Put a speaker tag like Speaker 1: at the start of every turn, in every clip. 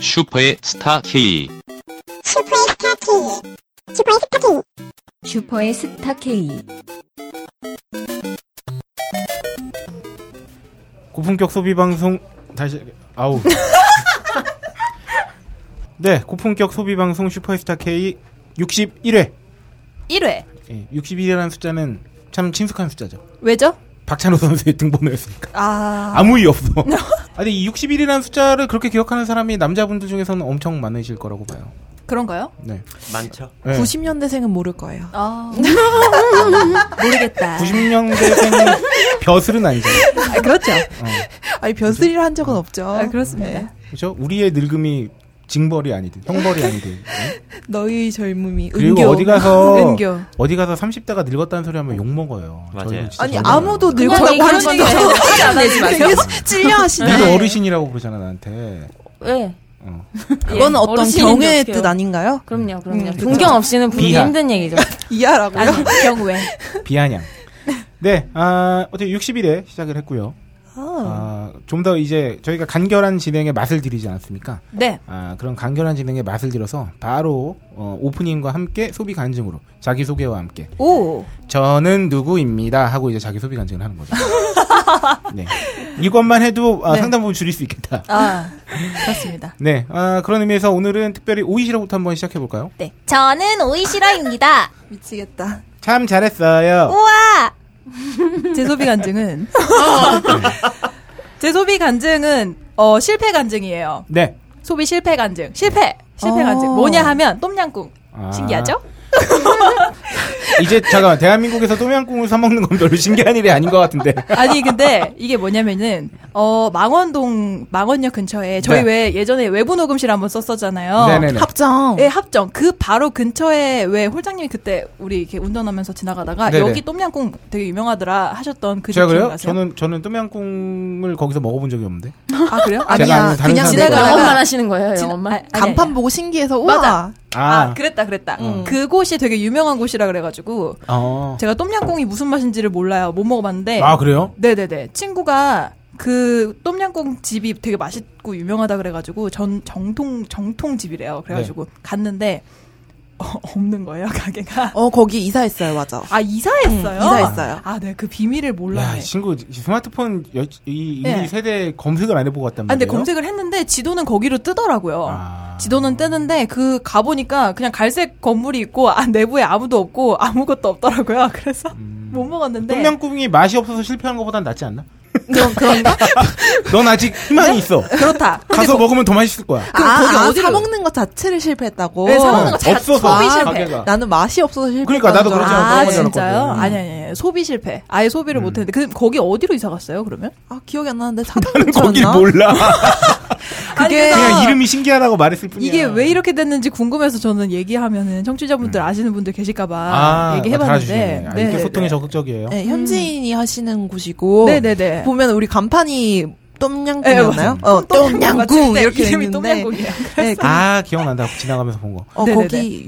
Speaker 1: 슈퍼의 스타 K.
Speaker 2: 슈퍼의 스타 K. 슈퍼의 스타 K.
Speaker 3: 슈퍼의 스타 K.
Speaker 4: 고품격 소비 방송 다시 아우. 네, 고품격 소비 방송 슈퍼스타 K 61회.
Speaker 3: 1회.
Speaker 4: 예, 61회라는 숫자는 참 친숙한 숫자죠.
Speaker 3: 왜죠?
Speaker 4: 박찬호 선수의 등번호였으니까
Speaker 3: 아.
Speaker 4: 아무 이유 없어. 아니 이 61이라는 숫자를 그렇게 기억하는 사람이 남자분들 중에서는 엄청 많으실 거라고 봐요.
Speaker 3: 그런가요?
Speaker 4: 네.
Speaker 5: 많죠.
Speaker 4: 네.
Speaker 6: 90년대생은 모를 거예요.
Speaker 3: 아. 모르겠다.
Speaker 4: 90년대생이 벼슬은 아니잖아요.
Speaker 6: 아, 그렇죠.
Speaker 4: 어.
Speaker 6: 아니, 벼슬이라 한 적은 없죠. 네.
Speaker 3: 아, 그렇습니다.
Speaker 4: 그렇죠? 우리의 늙음이 징벌이 아니든 형벌이 아니든. 네?
Speaker 6: 너의 젊음이.
Speaker 4: 그리고
Speaker 6: 은교.
Speaker 4: 어디 가서
Speaker 6: 은교.
Speaker 4: 어디 가서 30대가 늙었다는 소리 하면 욕 먹어요.
Speaker 5: 맞아요.
Speaker 4: 저희는 네. 진짜
Speaker 6: 아니,
Speaker 4: 정말
Speaker 6: 아무도 늙었다고
Speaker 3: 그냥
Speaker 6: 하는
Speaker 3: 저희
Speaker 6: 적도
Speaker 3: 그런
Speaker 6: 없고.
Speaker 3: 얘기 안 내지 마세요.
Speaker 6: 찔려하시네.
Speaker 4: 늙어. 너도 어르신이라고 그러잖아 나한테.
Speaker 7: 예.
Speaker 4: 어.
Speaker 6: 그건 어떤
Speaker 7: 어르신인데
Speaker 6: 경외의
Speaker 7: 어떡해요.
Speaker 6: 뜻 아닌가요?
Speaker 7: 그럼요, 그럼요.
Speaker 6: 음,
Speaker 7: 존경 없이는 부르기
Speaker 4: 비하.
Speaker 7: 힘든 얘기죠.
Speaker 6: 이하라고요?
Speaker 7: 아니, 경외.
Speaker 4: 비아냥. 네, 아, 어떻게 60일에 시작을 했고요.
Speaker 6: 아,
Speaker 4: 아, 좀 더 이제 저희가 간결한 진행에 맛을 들이지 않았습니까?
Speaker 3: 네.
Speaker 4: 아, 그런 간결한 진행에 맛을 들어서 바로 어, 오프닝과 함께 소비 간증으로 자기 소개와 함께
Speaker 6: 오.
Speaker 4: 저는 누구입니다 하고 이제 자기 소비 간증을 하는 거죠. 네, 이것만 해도 아,
Speaker 6: 네.
Speaker 4: 상당 부분 줄일 수 있겠다.
Speaker 6: 아, 그렇습니다.
Speaker 4: 네, 아, 그런 의미에서 오늘은 특별히 오이시라부터 한번 시작해 볼까요?
Speaker 2: 저는
Speaker 1: 아,
Speaker 2: 오이시라입니다.
Speaker 6: 미치겠다.
Speaker 4: 참 잘했어요.
Speaker 2: 우와!
Speaker 3: 제 소비 간증은 네. 제 소비 간증은 어, 실패 간증이에요.
Speaker 4: 네.
Speaker 3: 소비 실패 간증. 실패. 실패
Speaker 6: 어.
Speaker 3: 간증. 뭐냐 하면 똠양꿍.
Speaker 4: 아.
Speaker 3: 신기하죠?
Speaker 4: 이제 잠깐만 대한민국에서 똠양꿍을 사 먹는 건 별로 신기한 일이 아닌 것 같은데.
Speaker 3: 아니 근데 이게 뭐냐면은 어 망원동 망원역 근처에 저희
Speaker 4: 네.
Speaker 3: 왜 예전에 외부 녹음실 한번 썼었잖아요.
Speaker 4: 네네네.
Speaker 6: 합정.
Speaker 3: 예, 합정. 그 바로 근처에 왜 홀장님이 그때 우리 이렇게 운전하면서 지나가다가
Speaker 4: 네네.
Speaker 3: 여기 똠양꿍 되게 유명하더라 하셨던 그
Speaker 4: 제가
Speaker 3: 집
Speaker 4: 그래요?
Speaker 3: 기억나세요?
Speaker 4: 저는 저는 똠양꿍을 거기서 먹어본 적이 없는데.
Speaker 3: 아 그래요? 아,
Speaker 4: 제가
Speaker 6: 아니야.
Speaker 4: 아는 다른
Speaker 6: 그냥
Speaker 1: 네.
Speaker 4: 사람들.
Speaker 7: 영업만
Speaker 6: 지나가다가
Speaker 7: 하시는 거예요, 영업만.
Speaker 3: 아니, 아니.
Speaker 6: 간판 보고 신기해서 우와.
Speaker 3: 맞아.
Speaker 4: 아,
Speaker 3: 아, 그랬다 그랬다.
Speaker 4: 음.
Speaker 3: 그곳이 되게 유명한 곳이라 그래가지고
Speaker 4: 어.
Speaker 3: 제가 똠양꿍이 무슨 맛인지를 몰라요. 못 먹어봤는데.
Speaker 4: 아 그래요?
Speaker 3: 네네네. 친구가 그 똠양꿍 집이 되게 맛있고 유명하다 그래가지고 전 정통 정통 집이래요.
Speaker 4: 네.
Speaker 3: 그래가지고 갔는데 어, 없는 거예요 가게가.
Speaker 6: 어, 거기 이사했어요. 맞아.
Speaker 3: 아 이사했어요.
Speaker 6: 음, 이사했어요.
Speaker 3: 아, 네 그 비밀을
Speaker 4: 야, 이
Speaker 3: 몰라요.
Speaker 4: 친구 이 스마트폰 여, 이 우리
Speaker 3: 네.
Speaker 4: 세대 검색을 안 해보고 왔단
Speaker 3: 아,
Speaker 4: 말이에요.
Speaker 3: 근데 검색을 했는데 지도는 거기로 뜨더라고요.
Speaker 4: 아.
Speaker 3: 지도는 뜨는데 그 가보니까 그냥 갈색 건물이 있고 아, 내부에 아무도 없고 아무것도 없더라고요. 그래서 못 먹었는데
Speaker 4: 음. 똠양꿍이 맛이 없어서 실패한 것보단 낫지 않나?
Speaker 6: 그럼, 그런가?
Speaker 4: 넌 아직 희망이 있어.
Speaker 3: 네? 그렇다.
Speaker 4: 가서 먹으면 더 맛있을 거야.
Speaker 6: 그럼
Speaker 3: 뭐 아,
Speaker 6: 거기
Speaker 3: 아,
Speaker 6: 어디
Speaker 3: 사먹-
Speaker 6: 사먹는 것 자체를 실패했다고?
Speaker 3: 네, 사먹는 거 자-
Speaker 4: 아, 없어서
Speaker 3: 소비 실패.
Speaker 4: 가게가.
Speaker 6: 나는 맛이 없어서 실패했다고.
Speaker 4: 그러니까 나도 그러지 않아.
Speaker 3: 아
Speaker 4: 먹은 줄
Speaker 3: 진짜요?
Speaker 4: 알았거든. 음.
Speaker 3: 아니 아니 아니. 소비 실패. 아예 소비를 못했는데 그 거기 어디로 이사 갔어요 그러면?
Speaker 6: 아, 기억이 안 나는데 사던
Speaker 4: 나는 거길
Speaker 6: 나
Speaker 4: 몰라.
Speaker 3: 그게
Speaker 4: 그러니까 그냥 이름이 신기하다고 말했을 뿐이야.
Speaker 3: 아. 이게 왜 이렇게 됐는지 궁금해서 저는 얘기하면은 청취자분들 아시는 분들 계실까봐
Speaker 4: 음. 아,
Speaker 3: 얘기해봤는데
Speaker 4: 잘해주시네. 아, 이렇게 소통이 적극적이에요.
Speaker 6: 네, 현지인이 하시는 곳이고
Speaker 3: 음. 네네네. 네,
Speaker 6: 보면 우리 간판이
Speaker 4: 맞아요.
Speaker 6: 똠양꿍이었나요? 어, 똠양꿍 이렇게
Speaker 3: 이름이
Speaker 6: 있는데
Speaker 3: 똠양꿍이야.
Speaker 6: 네, 그-
Speaker 4: 아 기억난다 지나가면서 본 거.
Speaker 6: 어,
Speaker 3: 네네네. 음,
Speaker 6: 거기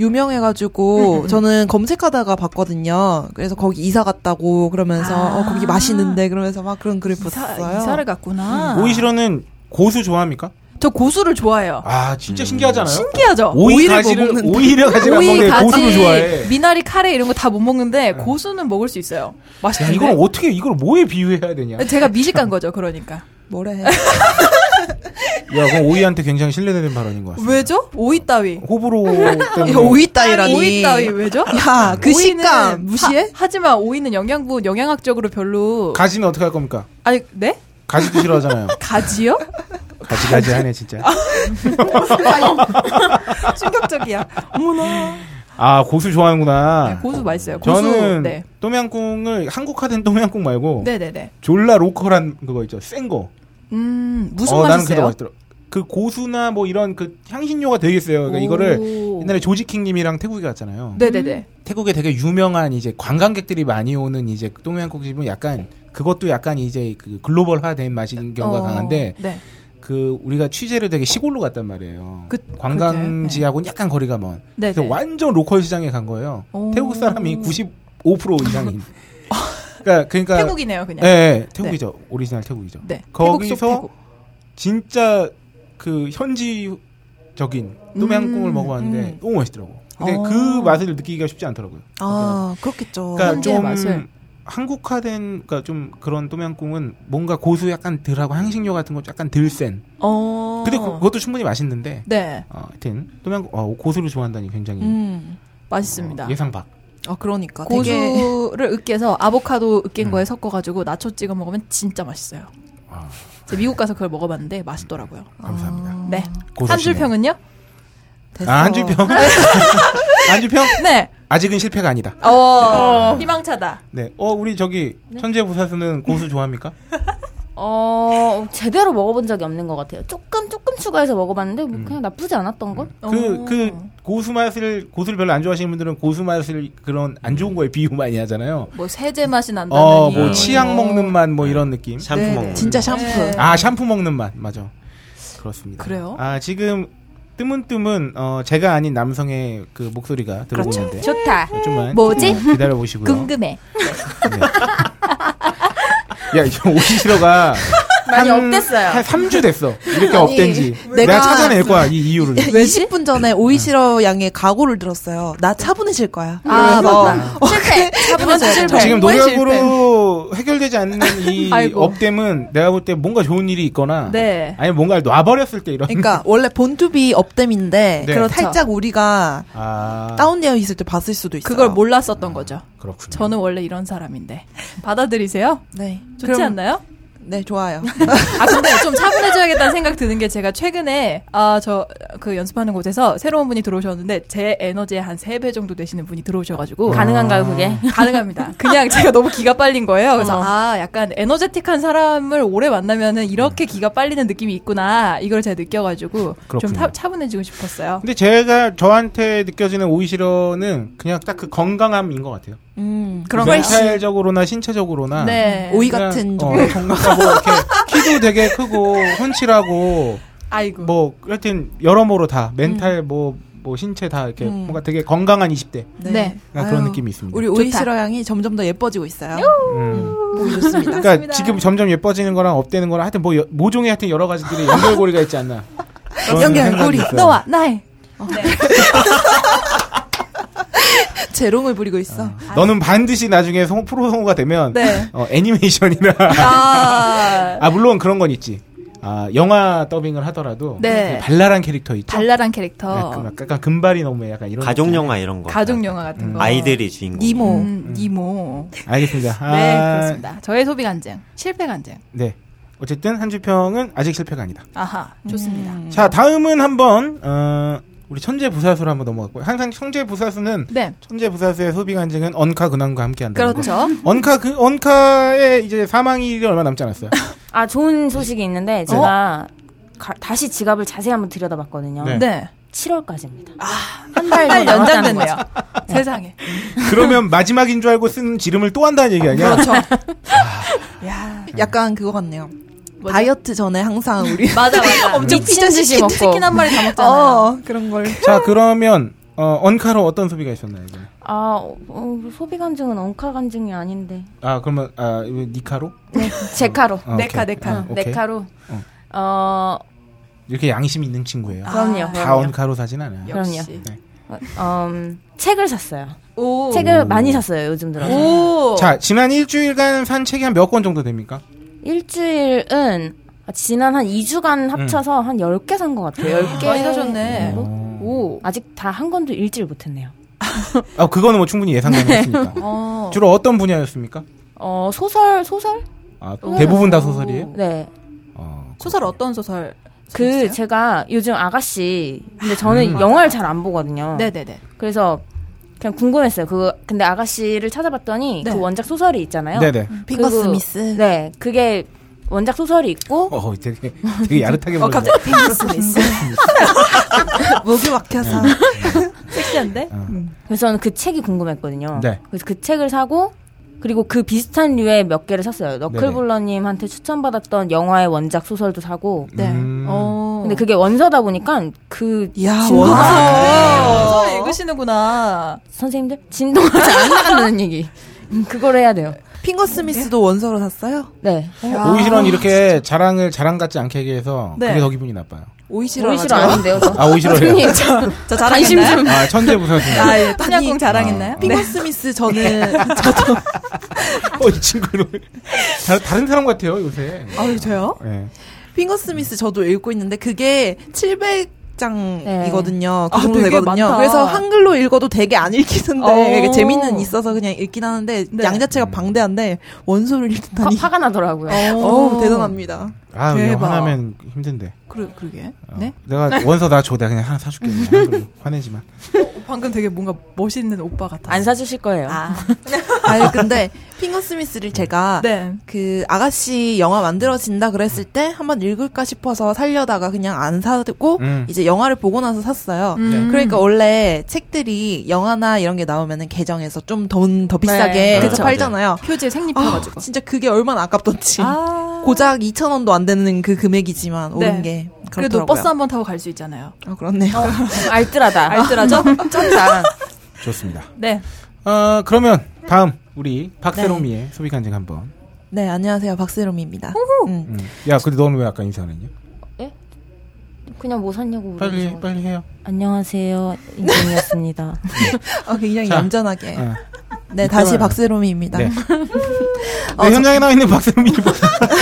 Speaker 6: 유명해가지고 저는 검색하다가 봤거든요. 그래서 거기 이사 갔다고 그러면서
Speaker 3: 아.
Speaker 6: 어, 거기 맛있는데 그러면서 막 그런 글을
Speaker 3: 이사,
Speaker 6: 봤어요.
Speaker 3: 이사를 갔구나.
Speaker 4: 음. 오이시로는 고수 좋아합니까?
Speaker 3: 저 고수를 좋아해요.
Speaker 4: 아 진짜 신기하잖아요.
Speaker 3: 신기하죠. 뭐
Speaker 4: 오이
Speaker 6: 오이를
Speaker 4: 가지를
Speaker 6: 못 먹는데.
Speaker 4: 오이를 가지를 안 먹는데 고수를 좋아해.
Speaker 3: 그
Speaker 4: 음.
Speaker 3: 미나리, 카레 이런 거 다 못 먹는데 고수는 먹을 수 있어요.
Speaker 4: 야,
Speaker 3: 맛있는데.
Speaker 4: 이걸 어떻게 이걸 뭐에 비유해야 되냐?
Speaker 3: 아, 제가 미식간 거죠, 그러니까.
Speaker 6: 뭐래?
Speaker 4: 야 그럼 오이한테 굉장히 신뢰되는 발언인 것 같아.
Speaker 3: 왜죠? 오이 따위.
Speaker 4: 호불호 때문에.
Speaker 6: 야, 네. 오이 따위라니.
Speaker 3: 오이 따위 왜죠?
Speaker 6: 야, 그
Speaker 3: 오이는
Speaker 6: 식감 무시해?
Speaker 3: 하, 하지만 오이는 영양분, 영양학적으로 별로
Speaker 4: 가지는 어떻게 할 겁니까?
Speaker 3: 아니 네
Speaker 4: 가지도 싫어하잖아요.
Speaker 3: 가지요?
Speaker 4: 가지 가지 하네 진짜.
Speaker 3: 충격적이야. 어머나.
Speaker 4: 아 고수 좋아하는구나.
Speaker 3: 네, 고수 맛있어요. 고수.
Speaker 4: 저는 어.
Speaker 3: 네.
Speaker 4: 똠양꿍을 한국화된 똠양꿍 말고
Speaker 3: 네네네.
Speaker 4: 졸라 로컬한 그거 있죠. 센 거.
Speaker 3: 음 무슨
Speaker 4: 어, 나는 그게
Speaker 3: 맛이세요?
Speaker 4: 맛있더라. 그 고수나 뭐 이런 그 향신료가 되게 세요. 그러니까 이거를
Speaker 3: 오.
Speaker 4: 옛날에 조지킹님이랑 태국에 갔잖아요.
Speaker 3: 네네네.
Speaker 4: 태국에 되게 유명한 이제 관광객들이 많이 오는 이제 그 똠양꿍집은 약간 그것도 약간 이제 그 글로벌화된 맛인 경우가
Speaker 3: 어,
Speaker 4: 강한데
Speaker 3: 네.
Speaker 4: 그 우리가 취재를 되게 시골로 갔단 말이에요.
Speaker 3: 그-
Speaker 4: 관광지하고는 약간 거리가 먼.
Speaker 3: 네네.
Speaker 4: 그래서 완전 로컬 시장에 간 거예요.
Speaker 3: 오.
Speaker 4: 태국 사람이 95% 이상인. 그러니까 그러니까
Speaker 3: 태국이네요 그냥.
Speaker 4: 예, 예, 태국이죠. 오리지널 태국이죠.
Speaker 3: 네. 태국 속
Speaker 4: 거기서
Speaker 3: 태국.
Speaker 4: 진짜 그 현지 적인 똠양꿍을
Speaker 3: 음,
Speaker 4: 먹어봤는데
Speaker 6: 음.
Speaker 4: 너무 맛있더라고요. 근데
Speaker 3: 어.
Speaker 4: 그 맛을 느끼기가 쉽지 않더라고요.
Speaker 6: 아, 그렇겠죠.
Speaker 4: 그러니까
Speaker 3: 현지의
Speaker 4: 좀
Speaker 3: 맛을.
Speaker 4: 한국화된 그러니까 좀 그런 똠양꿍은 뭔가 고수 약간 덜하고 향신료 같은 거 약간 덜센.
Speaker 3: 어.
Speaker 4: 근데 그, 것도 충분히 맛있는데
Speaker 3: 네,
Speaker 4: 어, 하여튼 똠양꿍 어, 고수를 좋아한다니 굉장히
Speaker 6: 음.
Speaker 3: 맛있습니다.
Speaker 4: 어, 예상 밖.
Speaker 6: 아, 그러니까. 되게
Speaker 3: 고수를 으깨서 아보카도 으깬
Speaker 4: 음.
Speaker 3: 거에 섞어가지고 나초 찍어 먹으면 진짜 맛있어요.
Speaker 4: 아,
Speaker 3: 제가 미국 가서 그걸 먹어봤는데 맛있더라고요.
Speaker 4: 감사합니다.
Speaker 3: 네.
Speaker 4: 고수시네.
Speaker 3: 한 줄평은요?
Speaker 6: 됐어.
Speaker 4: 아, 한줄평? 한줄평?
Speaker 3: 네.
Speaker 4: 아직은 실패가 아니다.
Speaker 3: 어, 희망차다.
Speaker 4: 네. 어, 우리 저기 천재 부사수는 고수 좋아합니까?
Speaker 1: 어 제대로 먹어본 적이 없는 것 같아요. 조금 조금 추가해서 먹어봤는데
Speaker 4: 음.
Speaker 1: 뭐 그냥 나쁘지 않았던 걸.
Speaker 4: 그,
Speaker 3: 어.
Speaker 4: 그 고수 맛을 고수를 별로 안 좋아하시는 분들은 고수 맛을 그런 안 좋은 거에 비유 많이 하잖아요.
Speaker 3: 뭐 세제 맛이 난다니.
Speaker 4: 어, 뭐 치약 먹는 맛 뭐 이런 느낌.
Speaker 5: 샴푸
Speaker 3: 아, 네,
Speaker 5: 먹는.
Speaker 6: 진짜 샴푸.
Speaker 3: 네.
Speaker 4: 아, 샴푸 먹는 맛. 맞아. 그렇습니다.
Speaker 3: 그래요?
Speaker 4: 아, 지금 뜨문뜨문 어, 제가 아닌 남성의 그 목소리가 들어오는데. 네,
Speaker 1: 좋다.
Speaker 4: 좀만
Speaker 1: 뭐지?
Speaker 4: 기다려 보시고요.
Speaker 1: 궁금해.
Speaker 4: 야, 이제 오시시러가
Speaker 7: 많이
Speaker 4: 한-
Speaker 7: 업됐어요.
Speaker 4: 한 3주 됐어. 이렇게 업된지. 내가,
Speaker 6: 내가
Speaker 4: 찾아낼 거야, 이 이유를.
Speaker 6: 20분 전에 오이시러 양의 각오를 들었어요. 나 차분해질 거야.
Speaker 3: 뭐
Speaker 6: 어,
Speaker 7: 아,
Speaker 6: 그래서
Speaker 7: 실패. 차분해져야 돼.
Speaker 6: 실패. 뭐
Speaker 4: 지금
Speaker 6: 정말
Speaker 4: 노력으로 해결되지 않는 이
Speaker 3: 아이고.
Speaker 4: 업됨은 내가 볼 때 뭔가 좋은 일이 있거나
Speaker 3: 네.
Speaker 4: 아니면 뭔가를 놔버렸을 때 이런
Speaker 6: 그러니까 원래 본투비 업댐인데
Speaker 4: 네.
Speaker 6: 그런
Speaker 4: 그렇죠.
Speaker 6: 살짝 우리가
Speaker 4: 아
Speaker 6: 다운되어 있을 때 봤을 수도 있어요.
Speaker 3: 그걸 몰랐었던 거죠.
Speaker 4: 그렇군요.
Speaker 3: 저는 원래 이런 사람인데 받아들이세요.
Speaker 6: 네.
Speaker 3: 좋지
Speaker 6: 그럼-
Speaker 3: 않나요?
Speaker 6: 네, 좋아요.
Speaker 3: 아 근데 좀 차분해져야겠다는 생각 드는 게 제가 최근에 아 저 그 연습하는 곳에서 새로운 분이 들어오셨는데 제 에너지의 한3 배 정도 되시는 분이 들어오셔가지고
Speaker 1: 가능한가요 그게?
Speaker 4: 아.
Speaker 3: 가능합니다. 그냥 제가 너무 기가 빨린 거예요. 그래서
Speaker 1: 어.
Speaker 3: 아 약간 에너제틱한 사람을 오래 만나면은 이렇게 기가 빨리는 느낌이 있구나 이걸 제가 느껴가지고 좀
Speaker 4: 음. 그렇군요.
Speaker 3: 타- 차분해지고 싶었어요.
Speaker 4: 근데 제가 저한테 느껴지는 오이시러는 그냥 딱 그 건강함인 것 같아요. 뭐
Speaker 6: 음.
Speaker 4: 네.
Speaker 3: 그런 거요?
Speaker 4: 멘탈적으로나 신체적으로나
Speaker 3: 네.
Speaker 6: 오이
Speaker 4: 그냥,
Speaker 6: 같은
Speaker 4: 어,
Speaker 6: 정도.
Speaker 4: 건강하고 이렇게 키도 되게 크고 훈칠하고
Speaker 3: 아이고.
Speaker 4: 뭐 하여튼 여러모로 다 멘탈 뭐 뭐 신체 다 이렇게
Speaker 6: 음.
Speaker 4: 뭔가 되게 건강한 20대
Speaker 3: 네.
Speaker 4: 그런 느낌이 있습니다.
Speaker 6: 아, 우리 오이시러 양이 점점 더 예뻐지고 있어요.
Speaker 4: 음.
Speaker 3: 네,
Speaker 6: 보기 좋습니다.
Speaker 4: 그러니까 지금 점점 예뻐지는 거랑 업되는 거랑 하여튼 뭐 여- 모종의 하여튼 여러 가지들이 연결고리가 있지 않나. 그런 생각이
Speaker 6: 연결고리.
Speaker 4: 있어요.
Speaker 3: 너와 나의
Speaker 6: 재롱을 부리고 있어.
Speaker 4: 너는 반드시 나중에 성- 프로 성우가 되면
Speaker 3: 아. 네.
Speaker 4: 어, 애니메이션이나
Speaker 3: 아,
Speaker 4: 아 물론 그런 건 있지. 아 영화 더빙을 하더라도
Speaker 3: 네.
Speaker 4: 발랄한 캐릭터 있죠.
Speaker 3: 발랄한 어.
Speaker 4: 네,
Speaker 3: 캐릭터,
Speaker 4: 그 막 약간 금발이 너무 약간 이런
Speaker 5: 가족
Speaker 4: 느낌.
Speaker 5: 영화 이런 거.
Speaker 3: 가족 영화
Speaker 4: 음.
Speaker 3: 같은 거,
Speaker 5: 아이들이 주인공.
Speaker 6: 니모.
Speaker 3: 음, 이모.
Speaker 4: 알겠습니다. 아,
Speaker 3: 네, 그렇습니다. 저의 소비 간증, 실패 간증.
Speaker 4: 네. 어쨌든 한주평은 아직 실패가 아니다.
Speaker 3: 아하, 좋습니다.
Speaker 4: 자 다음은 한번 어, 우리 천재 부사수로 한번 넘어갔고 항상 천재 부사수는
Speaker 3: 네,
Speaker 4: 천재 부사수의 소비 간증은 언카 근황과 함께한다.
Speaker 3: 그렇죠.
Speaker 4: 언카 그 언카의 이제 사망일이 얼마 남지 않았어요.
Speaker 1: 아 좋은 소식이 있는데 제가 가- 다시 지갑을 자세히 한번 들여다봤거든요.
Speaker 4: 네.
Speaker 3: 네,
Speaker 1: 7월까지입니다.
Speaker 3: 한달
Speaker 1: 더
Speaker 3: 연장됐네요. 세상에.
Speaker 4: 그러면 마지막인 줄 알고 쓴 지름을 또 한다는 얘기 아니야?
Speaker 6: 그렇죠.
Speaker 3: 야,
Speaker 6: 약간 그거 같네요.
Speaker 3: 뭐죠?
Speaker 6: 다이어트 전에 항상 우리
Speaker 3: 맞아, 맞아.
Speaker 1: 엄청
Speaker 3: 미친
Speaker 1: 듯이
Speaker 3: 치킨,
Speaker 1: 먹고.
Speaker 3: 치킨 한 마리 다 먹잖아요.
Speaker 6: 어, 그런 걸.
Speaker 4: 자 그러면 어, 언카로 어떤 소비가 있었나요? 이번에?
Speaker 1: 아 어, 어, 소비 간증은 언카 간증이 아닌데
Speaker 4: 아 그러면 아 이거 니카로?
Speaker 1: 네, 제카로
Speaker 4: 아,
Speaker 3: 네카,
Speaker 4: 오케이.
Speaker 3: 네카.
Speaker 4: 아, 오케이.
Speaker 1: 네카로
Speaker 4: 어.
Speaker 1: 어
Speaker 4: 이렇게 양심 있는 친구예요.
Speaker 1: 아,
Speaker 3: 아,
Speaker 1: 그럼요.
Speaker 4: 다
Speaker 1: 그럼요.
Speaker 4: 언카로 사진 않아요. 네.
Speaker 3: 역시.
Speaker 1: 어, 음, 책을 샀어요.
Speaker 3: 오, 네?
Speaker 1: 책을 많이 샀어요 요즘 들어. 서
Speaker 3: 오.
Speaker 4: 자 지난 일주일간 산 책이 한 몇 권 정도 됩니까?
Speaker 1: 일주일은 지난 한 2주간 합쳐서 한 10개 산 것 같아요. 10개.
Speaker 3: 많이 사셨네.
Speaker 1: 오. 아직 다 한 권도 읽지를 못했네요.
Speaker 4: 아 그거는 뭐 충분히 예상 가능했으니까.
Speaker 3: 어.
Speaker 4: 주로 어떤 분야였습니까?
Speaker 1: 어, 소설, 소설?
Speaker 4: 아, 대부분 다 소설이에요.
Speaker 1: 네.
Speaker 4: 어,
Speaker 3: 소설 어떤 소설?
Speaker 1: 그, 제가 요즘 아가씨, 근데 저는 영화를 잘 안 보거든요.
Speaker 3: 음. 네네네.
Speaker 1: 그래서 그냥 궁금했어요. 그, 근데 아가씨를 찾아봤더니
Speaker 3: 네.
Speaker 1: 그 원작 소설이 있잖아요.
Speaker 4: 네네.
Speaker 6: 핑거
Speaker 1: 그리고-
Speaker 6: 스미스.
Speaker 1: 네. 그게 원작 소설이 있고,
Speaker 4: 어 되게 되게 야릇하게
Speaker 3: 어,
Speaker 4: 보는.
Speaker 3: 갑자기 핑크 스미스.
Speaker 6: 목이 막혀서.
Speaker 3: 섹시한데?
Speaker 4: 아.
Speaker 1: 그래서 저는 그 책이 궁금했거든요.
Speaker 4: 네.
Speaker 1: 그래서 그 책을 사고 그리고 그 비슷한 류의 몇 개를 샀어요. 너클블러님한테 추천받았던 영화의 원작 소설도 사고.
Speaker 3: 네.
Speaker 4: 음.
Speaker 3: 어.
Speaker 1: 근데 그게 원서다 보니까 그
Speaker 6: 야,
Speaker 1: 진동아
Speaker 6: 와.
Speaker 3: 소설 읽으시는구나.
Speaker 1: 선생님들 진동하지 안 나간다는 얘기. 음, 그걸 해야 돼요.
Speaker 6: 핑거 스미스도 원서로 샀어요?
Speaker 1: 네.
Speaker 4: 오이시런 이렇게 자랑을 자랑 같지 않게 얘기해서
Speaker 3: 네.
Speaker 4: 그게 더 기분이 나빠요.
Speaker 6: 오이시로
Speaker 1: 보이시로 아는데요, 저.
Speaker 4: 아 오시러요.
Speaker 1: 선생님, 저
Speaker 3: 저
Speaker 1: 관심
Speaker 3: 자랑했나요?
Speaker 1: 좀.
Speaker 4: 아 천재 부사수님.
Speaker 3: 아, 예. 똠양꿍 자랑했나요?
Speaker 6: 핑거 스미스 저는 저도
Speaker 4: 어이 친구는 다, 다른 사람 같아요 요새.
Speaker 3: 아유, 저요?
Speaker 4: 네.
Speaker 6: 핑거 스미스 저도 읽고 있는데 그게 700 장이거든요.
Speaker 3: 네.
Speaker 6: 그 정도
Speaker 3: 아, 되게
Speaker 6: 되거든요.
Speaker 3: 많다.
Speaker 6: 그래서 한글로 읽어도 되게 안 읽히는데
Speaker 3: 어.
Speaker 6: 이게 재미는 있어서 그냥 읽긴 하는데
Speaker 3: 네.
Speaker 6: 양 자체가 방대한데 원소를
Speaker 1: 화,
Speaker 6: 읽다니.
Speaker 1: 화가 나더라고요.
Speaker 3: 네.
Speaker 6: 어우 대단합니다.
Speaker 4: 아 그냥
Speaker 3: 대박.
Speaker 4: 화나면 힘든데.
Speaker 3: 그러, 그러게.
Speaker 4: 어.
Speaker 3: 네?
Speaker 4: 내가 원서 나 줘. 내가 그냥 하나 사줄게. 그냥 한글로. 화내지 마.
Speaker 3: 방금 되게 뭔가 멋있는 오빠 같았어요.
Speaker 1: 안 사주실 거예요.
Speaker 3: 아.
Speaker 6: 아니 근데 핑거 스미스를 제가
Speaker 3: 네.
Speaker 6: 그 아가씨 영화 만들어진다 그랬을 때 한번 읽을까 싶어서 살려다가 그냥 안 사고
Speaker 4: 음.
Speaker 6: 이제 영화를 보고 나서 샀어요.
Speaker 3: 음.
Speaker 6: 그러니까 원래 책들이 영화나 이런 게 나오면은 개정해서 좀 돈 더 비싸게
Speaker 1: 네.
Speaker 6: 해서
Speaker 4: 그쵸.
Speaker 6: 팔잖아요.
Speaker 3: 표지에
Speaker 6: 아,
Speaker 4: 네.
Speaker 3: 생립해가지고.
Speaker 6: 진짜 그게 얼마나 아깝던지.
Speaker 3: 아. 네.
Speaker 6: 고작 2,000원도 안 되는 그 금액이지만 오른 게
Speaker 3: 그래도
Speaker 6: 그렇더라고요.
Speaker 3: 버스 한 어. 번 타고 갈 수 있잖아요.
Speaker 6: 아, 그렇네요.
Speaker 3: 아.
Speaker 1: 알뜰하다.
Speaker 3: 알뜰하죠?
Speaker 1: 쩐다.
Speaker 4: 좋습니다.
Speaker 3: 네.
Speaker 4: 어 그러면 다음 우리 박세롬이의 소비 간증 한번.
Speaker 6: 네, 안녕하세요. 박세롬입니다. 음.
Speaker 4: 음. 야 근데 너는 왜 아까 인사 안 했냐?
Speaker 1: 그냥 뭐 샀냐고.
Speaker 4: 빨리 네.
Speaker 1: 물어보셔가지고.
Speaker 4: 빨리 해요.
Speaker 1: 안녕하세요. 인정이었습니다.
Speaker 6: 아, 굉장히
Speaker 4: 자.
Speaker 6: 얌전하게.
Speaker 4: 어.
Speaker 6: 네, 다시
Speaker 4: 이따가-
Speaker 6: 박세롬이입니다.
Speaker 4: 네.
Speaker 6: 네.
Speaker 4: 네,
Speaker 3: 어,
Speaker 4: 현장에 나와 있는 박세롬이 뭐-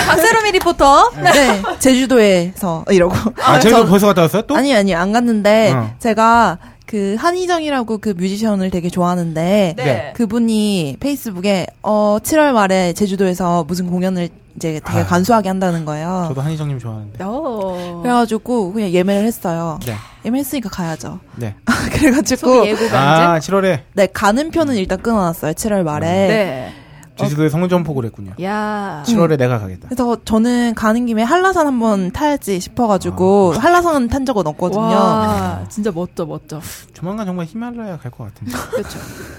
Speaker 3: 박세롬이 리포터.
Speaker 4: 네.
Speaker 6: 네, 제주도에서 어, 이러고.
Speaker 4: 아, 저희도 벌써 갔다 왔어요? 또?
Speaker 6: 아니, 아니, 안 갔는데
Speaker 4: 어.
Speaker 6: 제가 그 한희정이라고 그 뮤지션을 되게 좋아하는데
Speaker 4: 네.
Speaker 6: 그분이 페이스북에 어 7월 말에 제주도에서 무슨 공연을 이제 되게
Speaker 4: 아.
Speaker 6: 간소하게 한다는 거예요.
Speaker 4: 저도 한희정님 좋아하는데.
Speaker 3: 어.
Speaker 6: 그래가지고 그냥 예매를 했어요.
Speaker 4: 네.
Speaker 6: 예매했으니까 가야죠.
Speaker 4: 네.
Speaker 6: 그래가지고
Speaker 3: 소비 예고
Speaker 4: 아,
Speaker 3: 반증.
Speaker 4: 7월에
Speaker 6: 네 가는 편은 일단 끊어놨어요. 7월
Speaker 4: 음.
Speaker 6: 말에.
Speaker 3: 네.
Speaker 4: 제주도에 성전포고를 했군요.
Speaker 3: 야.
Speaker 4: 7월에 내가 가겠다.
Speaker 6: 그래서 저는 가는 김에 한라산 한번 타야지
Speaker 4: 아.
Speaker 6: 싶어가지고 한라산은 탄 적은 없거든요.
Speaker 3: 와, 진짜 멋져, 멋져.
Speaker 4: 조만간 정말 히말라야 갈 것 같은데.
Speaker 3: 그렇죠.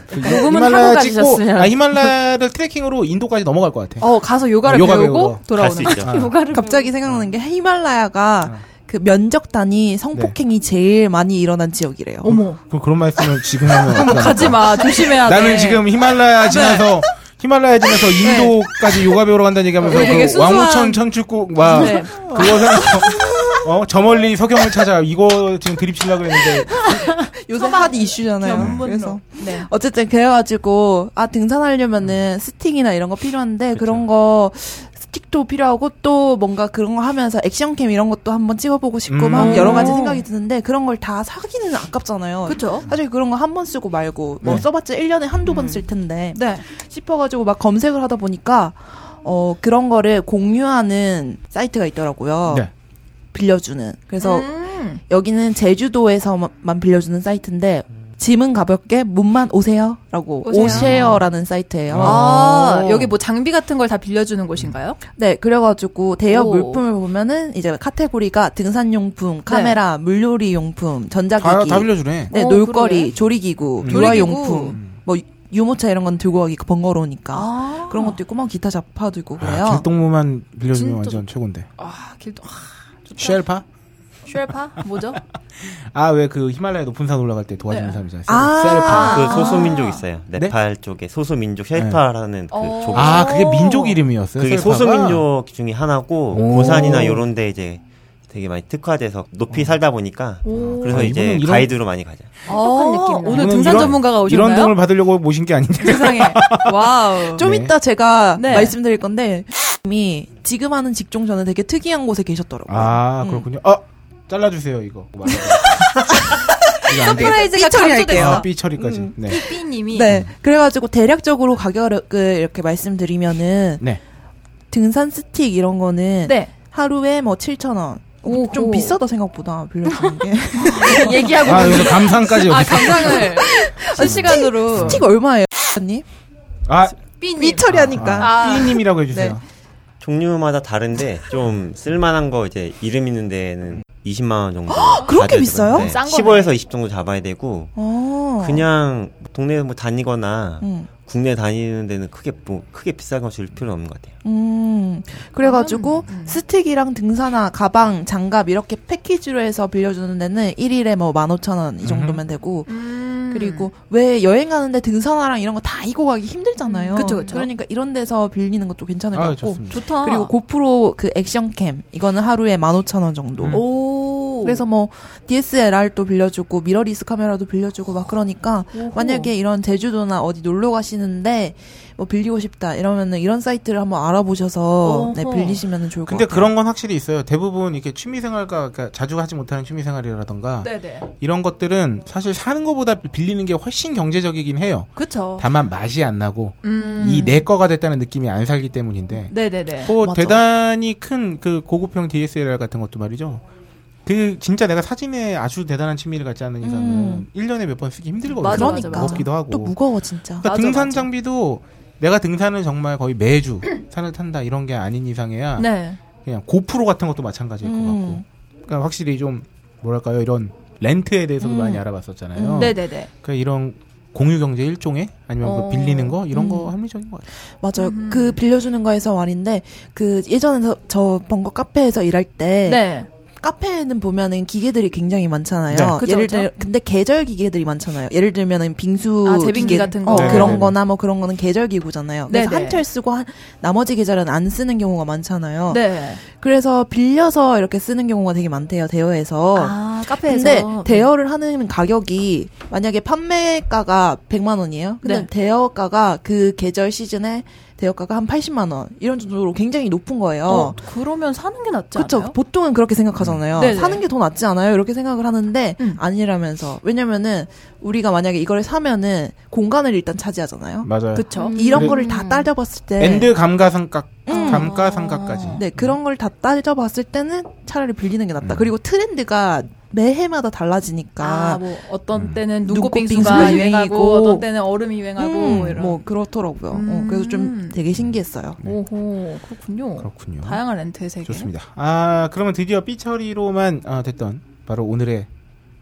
Speaker 4: 그
Speaker 1: 녹음은
Speaker 4: 히말라야
Speaker 1: 하고
Speaker 4: 찍고,
Speaker 1: 가셨으면.
Speaker 4: 아, 히말라야를 트레킹으로 인도까지 넘어갈 것 네. 같아.
Speaker 3: 어, 가서 요가를
Speaker 4: 요가
Speaker 3: 배우고
Speaker 4: 배우러
Speaker 3: 돌아오는.
Speaker 5: 갈 수 있죠.
Speaker 4: 아,
Speaker 3: 음.
Speaker 1: 요가를
Speaker 6: 갑자기 생각나는 게 히말라야가
Speaker 4: 어.
Speaker 6: 그 면적단이 성폭행이 제일 많이 일어난 지역이래요.
Speaker 3: 어머.
Speaker 4: 그, 그런 말씀을 지금 하면. 어떡하나.
Speaker 3: 가지 마. 네. 조심해야 돼.
Speaker 4: 나는 지금 히말라야 지나서, 히말라야 지나서 인도까지 요가 배우러 간다는 얘기 하면서
Speaker 3: 어, 되게
Speaker 4: 그
Speaker 3: 순수한-
Speaker 4: 왕우천 천축국, 와.
Speaker 3: 네.
Speaker 4: 그거 생각해서, 어, 저 멀리 석영을 찾아. 이거 지금 드립치려고 했는데.
Speaker 6: 요새 핫 이슈잖아요.
Speaker 3: 전문로.
Speaker 6: 그래서
Speaker 3: 네.
Speaker 6: 어쨌든 그래가지고 아 등산하려면은 스틱이나 이런 거 필요한데 그런거 스틱도 필요하고 또 뭔가 그런 거 하면서 액션캠 이런 것도 한번 찍어보고 싶고
Speaker 4: 음.
Speaker 6: 막 여러 가지
Speaker 3: 오.
Speaker 6: 생각이 드는데 그런 걸 다 사기는 아깝잖아요.
Speaker 3: 그쵸.
Speaker 6: 사실 그런 거 한 번 쓰고 말고 뭐
Speaker 4: 네.
Speaker 6: 써봤자 1년에 한두 번 쓸 텐데
Speaker 3: 네.
Speaker 6: 싶어가지고 막 검색을 하다 보니까 어 그런 거를 공유하는 사이트가 있더라고요.
Speaker 4: 네.
Speaker 6: 빌려주는. 그래서
Speaker 3: 음.
Speaker 6: 여기는 제주도에서만 빌려주는 사이트인데
Speaker 4: 음.
Speaker 6: 짐은 가볍게 문만 오세요라고
Speaker 3: 오세요.
Speaker 6: 오쉐어라는 사이트예요.
Speaker 3: 아, 여기 뭐 장비 같은 걸 다 빌려주는 곳인가요?
Speaker 6: 네, 그래가지고 대여
Speaker 3: 오. 네.
Speaker 6: 물품을 보면은 이제 카테고리가 등산용품, 카메라, 물놀이용품,
Speaker 4: 아, 다,
Speaker 6: 전자기기,
Speaker 4: 다 빌려주네.
Speaker 6: 네
Speaker 3: 어,
Speaker 6: 놀거리,
Speaker 3: 그러네.
Speaker 6: 조리기구,
Speaker 4: 음.
Speaker 3: 조리기구.
Speaker 6: 유아용품, 뭐 유모차 이런 건 들고 가기 번거로우니까
Speaker 3: 아.
Speaker 6: 그런 것도 있고 막 기타 잡화도 있고 그래요.
Speaker 4: 아, 길동무만 빌려주면
Speaker 3: 진짜
Speaker 4: 완전 최고인데.
Speaker 3: 아, 길도. 아, 좋다.
Speaker 4: 쉘파?
Speaker 3: 쉘파? 뭐죠?
Speaker 4: 아, 왜 그 히말라야 높은 산 올라갈 때 도와주는
Speaker 3: 네.
Speaker 4: 사람이잖아요.
Speaker 6: 아.
Speaker 4: 셀파.
Speaker 5: 그 소수민족 있어요.
Speaker 4: 네?
Speaker 5: 네팔 쪽에 소수민족 헬파라는 그
Speaker 3: 어.
Speaker 5: 족.
Speaker 4: 아, 그게 민족 이름이었어요.
Speaker 5: 그게
Speaker 4: 셀파가?
Speaker 5: 소수민족 중에 하나고
Speaker 4: 오.
Speaker 5: 고산이나 요런 데 이제 되게 많이 특화돼서 높이 살다 보니까
Speaker 3: 오.
Speaker 5: 그래서
Speaker 4: 어. 아,
Speaker 5: 이제
Speaker 4: 이분은 이런-
Speaker 5: 가이드로 많이 가죠.
Speaker 1: 똑똑한 느낌 나요.
Speaker 3: 오늘
Speaker 4: 이분은
Speaker 3: 등산
Speaker 4: 이런-
Speaker 3: 전문가가 오셨나요?
Speaker 4: 이런 등을 받으려고 모신 게 아닌데.
Speaker 3: 세상에. 와우.
Speaker 6: 좀
Speaker 4: 네.
Speaker 6: 이따 제가
Speaker 3: 네.
Speaker 6: 말씀드릴 건데 이미 지금 하는 직종 저는 되게 특이한 곳에 계셨더라고요.
Speaker 4: 아,
Speaker 6: 음.
Speaker 4: 그렇군요. 아, 잘라주세요, 이거. 이거 안 돼.
Speaker 3: 프라이즈가
Speaker 6: 삐 처리 할게요.
Speaker 4: 아,
Speaker 3: 강조됐어.
Speaker 4: B 처리까지. 네.
Speaker 3: 음. 삐님이.
Speaker 6: 네. 그래가지고 대략적으로 가격을 이렇게 말씀드리면은
Speaker 4: 네.
Speaker 6: 등산 스틱 이런 거는
Speaker 3: 네.
Speaker 6: 하루에 뭐 7천 원.
Speaker 1: 오,
Speaker 6: 좀
Speaker 1: 오.
Speaker 6: 비싸다 생각보다 빌려주는 게
Speaker 1: 얘기하고
Speaker 4: 아, 여기서 감상까지
Speaker 3: 아,
Speaker 4: 여기서.
Speaker 3: 네. 감상을. 실시간으로.
Speaker 6: 스틱 얼마예요, 언니?
Speaker 4: 아,
Speaker 3: 삐님.
Speaker 6: 미 처리하니까.
Speaker 4: 아, B님이라고 해주세요.
Speaker 6: 네.
Speaker 5: 종류마다 다른데 좀 쓸만한 거 이제 이름 있는 데는 20만 원 정도.
Speaker 6: 그렇게
Speaker 5: 가져야
Speaker 6: 비싸요?
Speaker 5: 되거든요. 네.
Speaker 1: 싼 거네.
Speaker 5: 15에서 20 정도 잡아야 되고
Speaker 6: 어.
Speaker 5: 그냥 동네에서 뭐 다니거나
Speaker 6: 음.
Speaker 5: 국내 다니는 데는 크게 뭐 크게 비싼 거 줄 필요는 없는 것 같아요.
Speaker 6: 음. 그래가지고
Speaker 3: 음.
Speaker 6: 스틱이랑 등산화, 가방, 장갑 이렇게 패키지로 해서 빌려주는 데는 1일에 뭐 15,000원 이 정도면 되고
Speaker 3: 음.
Speaker 6: 그리고 왜 여행 가는데 등산화랑 이런 거 다 이고 가기 힘들잖아요.
Speaker 3: 음, 그쵸, 그쵸.
Speaker 6: 러니까 이런 데서 빌리는 것도 괜찮을 것
Speaker 4: 아,
Speaker 6: 같고.
Speaker 3: 어.
Speaker 4: 좋습니다.
Speaker 3: 좋다.
Speaker 6: 그리고 고프로 그 액션캠 이거는 하루에 15,000원 정도.
Speaker 4: 음.
Speaker 3: 오.
Speaker 1: 오.
Speaker 6: 그래서 뭐 DSLR도 빌려주고 미러리스 카메라도 빌려주고 막 그러니까
Speaker 1: 오호.
Speaker 6: 만약에 이런 제주도나 어디 놀러 가시는데 뭐 빌리고 싶다 이러면은 이런 사이트를 한번 알아보셔서 네,
Speaker 1: 어허.
Speaker 6: 빌리시면 좋을 것
Speaker 4: 근데
Speaker 6: 같아요.
Speaker 4: 그런 건 확실히 있어요. 대부분 이렇게 취미생활과 그러니까 자주 하지 못하는 취미생활이라던가
Speaker 3: 네네.
Speaker 4: 이런 것들은 사실 사는 것보다 빌리는 게 훨씬 경제적이긴 해요.
Speaker 3: 그쵸.
Speaker 4: 다만 맛이 안 나고
Speaker 3: 음.
Speaker 4: 이 내 거가 됐다는 느낌이 안 살기 때문인데
Speaker 3: 네네네.
Speaker 4: 뭐
Speaker 6: 맞아.
Speaker 4: 대단히 큰 그 고급형 DSLR 같은 것도 말이죠. 그 진짜 내가 사진에 아주 대단한 취미를 갖지 않는 이상은
Speaker 6: 음.
Speaker 4: 1년에 몇 번 쓰기 힘들거든요.
Speaker 3: 맞아,
Speaker 6: 그러니까
Speaker 3: 맞아, 맞아.
Speaker 4: 무겁기도 하고.
Speaker 6: 또 무거워 진짜.
Speaker 4: 그러니까
Speaker 3: 맞아,
Speaker 4: 등산
Speaker 3: 맞아.
Speaker 4: 장비도 내가 등산을 정말 거의 매주 산을 탄다 이런 게 아닌 이상에야
Speaker 3: 네.
Speaker 4: 그냥 고프로 같은 것도 마찬가지일 것 같고.
Speaker 6: 음.
Speaker 4: 그러니까 확실히 좀 뭐랄까요? 이런 렌트에 대해서도
Speaker 6: 음.
Speaker 4: 많이 알아봤었잖아요.
Speaker 6: 음.
Speaker 3: 네네네.
Speaker 4: 그러니까 이런 공유 경제 일종의 아니면 그
Speaker 1: 어.
Speaker 4: 빌리는 거 이런 거
Speaker 6: 음.
Speaker 4: 합리적인 것 같아요.
Speaker 6: 맞아요.
Speaker 3: 음.
Speaker 6: 그 빌려주는 거에서 말인데 그 예전에 저- 저 번거 카페에서 일할 때
Speaker 3: 네.
Speaker 6: 카페에는 보면은 기계들이 굉장히 많잖아요.
Speaker 4: 네.
Speaker 3: 그죠,
Speaker 6: 예를
Speaker 3: 그죠.
Speaker 6: 들어 근데 계절 기계들이 많잖아요. 예를 들면은 빙수
Speaker 3: 아, 제빙기
Speaker 6: 기계-
Speaker 3: 같은
Speaker 6: 어,
Speaker 3: 거.
Speaker 4: 네네네.
Speaker 6: 그런 거나 뭐 그런 거는 계절 기구잖아요. 그래서
Speaker 3: 네네.
Speaker 6: 한 철 쓰고 한, 나머지 계절은 안 쓰는 경우가 많잖아요.
Speaker 3: 네.
Speaker 6: 그래서 빌려서 이렇게 쓰는 경우가 되게 많대요. 대여해서.
Speaker 3: 아, 카페에서.
Speaker 6: 어. 근데 대여를 하는 가격이 만약에 판매가가 100만 원이에요. 근데
Speaker 3: 네.
Speaker 6: 대여가가 그 계절 시즌에 대여가가 한 80만 원 이런 정도로 굉장히 높은 거예요.
Speaker 3: 어, 그러면 사는 게 낫지
Speaker 6: 그쵸.
Speaker 3: 않아요?
Speaker 6: 보통은 그렇게 생각하잖아요.
Speaker 3: 음. 네네.
Speaker 6: 사는 게 더 낫지 않아요? 이렇게 생각을 하는데,
Speaker 3: 음.
Speaker 6: 아니라면서. 왜냐면은, 우리가 만약에 이걸 사면은, 공간을 일단 차지하잖아요.
Speaker 4: 맞아요.
Speaker 3: 그쵸.
Speaker 1: 음.
Speaker 6: 이런
Speaker 4: 그래.
Speaker 6: 거를 다 따져봤을 때.
Speaker 4: 엔드 감가상각
Speaker 6: 네. 음.
Speaker 4: 감가상각까지.
Speaker 6: 네, 그런 걸 다 따져봤을 때는 차라리 빌리는 게 낫다.
Speaker 4: 음.
Speaker 6: 그리고 트렌드가 매해마다 달라지니까.
Speaker 3: 아, 뭐 어떤
Speaker 4: 음.
Speaker 3: 때는
Speaker 6: 눈꽃
Speaker 3: 눈꽃빙수가
Speaker 6: 빙수가
Speaker 3: 유행하고
Speaker 6: 유행이고.
Speaker 3: 어떤 때는 얼음이 유행하고
Speaker 6: 음,
Speaker 3: 이런.
Speaker 6: 뭐, 그렇더라고요. 어,
Speaker 3: 음.
Speaker 6: 그래서 좀 되게 신기했어요.
Speaker 4: 네.
Speaker 3: 오호, 그렇군요.
Speaker 4: 그렇군요.
Speaker 3: 다양한 렌트의 세계.
Speaker 4: 좋습니다. 아 그러면 드디어 삐처리로만 아, 됐던 바로 오늘의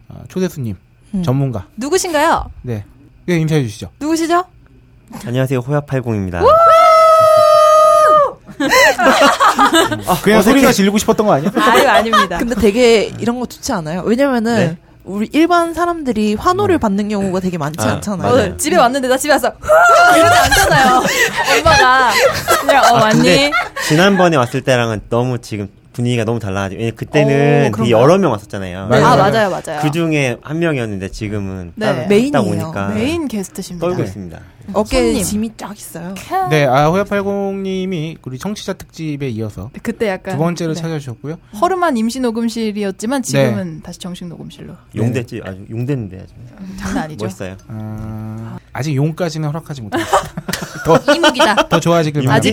Speaker 4: 아, 초대 손님
Speaker 6: 음.
Speaker 4: 전문가
Speaker 3: 누구신가요?
Speaker 4: 네. 네 인사해 주시죠.
Speaker 3: 누구시죠?
Speaker 5: 안녕하세요 호야팔공입니다.
Speaker 4: 그냥
Speaker 5: 어색해.
Speaker 4: 소리가 지르고 싶었던 거 아니야?
Speaker 3: 아유, 아닙니다.
Speaker 6: 근데 되게 이런 거 좋지 않아요? 왜냐면은,
Speaker 5: 네.
Speaker 6: 우리 일반 사람들이 환호를 받는 경우가 되게 많지
Speaker 5: 아,
Speaker 6: 않잖아요.
Speaker 5: 맞아요.
Speaker 3: 어, 집에 왔는데 나 집에 와서 "후!" 이러지 않잖아요. 엄마가 그냥 어
Speaker 5: 아,
Speaker 3: 왔니?
Speaker 5: 근데 지난번에 왔을 때랑은 너무 지금 분위기가 너무 달라가지고 왜냐 그때는
Speaker 6: 오,
Speaker 5: 되게
Speaker 6: 그런가요?
Speaker 5: 여러 명 왔었잖아요.
Speaker 4: 맞아요.
Speaker 3: 아 맞아요 맞아요.
Speaker 5: 그 중에 한 명이었는데 지금은
Speaker 3: 네.
Speaker 5: 따로
Speaker 6: 메인이에요.
Speaker 5: 딱 오니까
Speaker 3: 메인 게스트십니다.
Speaker 5: 떨고
Speaker 4: 네.
Speaker 5: 있습니다.
Speaker 6: 어깨에
Speaker 3: 손님.
Speaker 6: 짐이 쫙 있어요.
Speaker 4: 네, 아 호야팔공님이 우리 청취자 특집에 이어서
Speaker 3: 그때 약간
Speaker 4: 두 번째로
Speaker 3: 네.
Speaker 4: 찾아주셨고요.
Speaker 3: 허름한 임시 녹음실이었지만 지금은 다시 정식 녹음실로
Speaker 5: 용대지 아주 용대인데 아주
Speaker 3: 장난 아니죠.
Speaker 5: 멋있어요.
Speaker 4: 아, 아직 용까지는 허락하지 못했어요. 더,
Speaker 7: 이목이다.
Speaker 4: 더 좋아지길
Speaker 5: 아직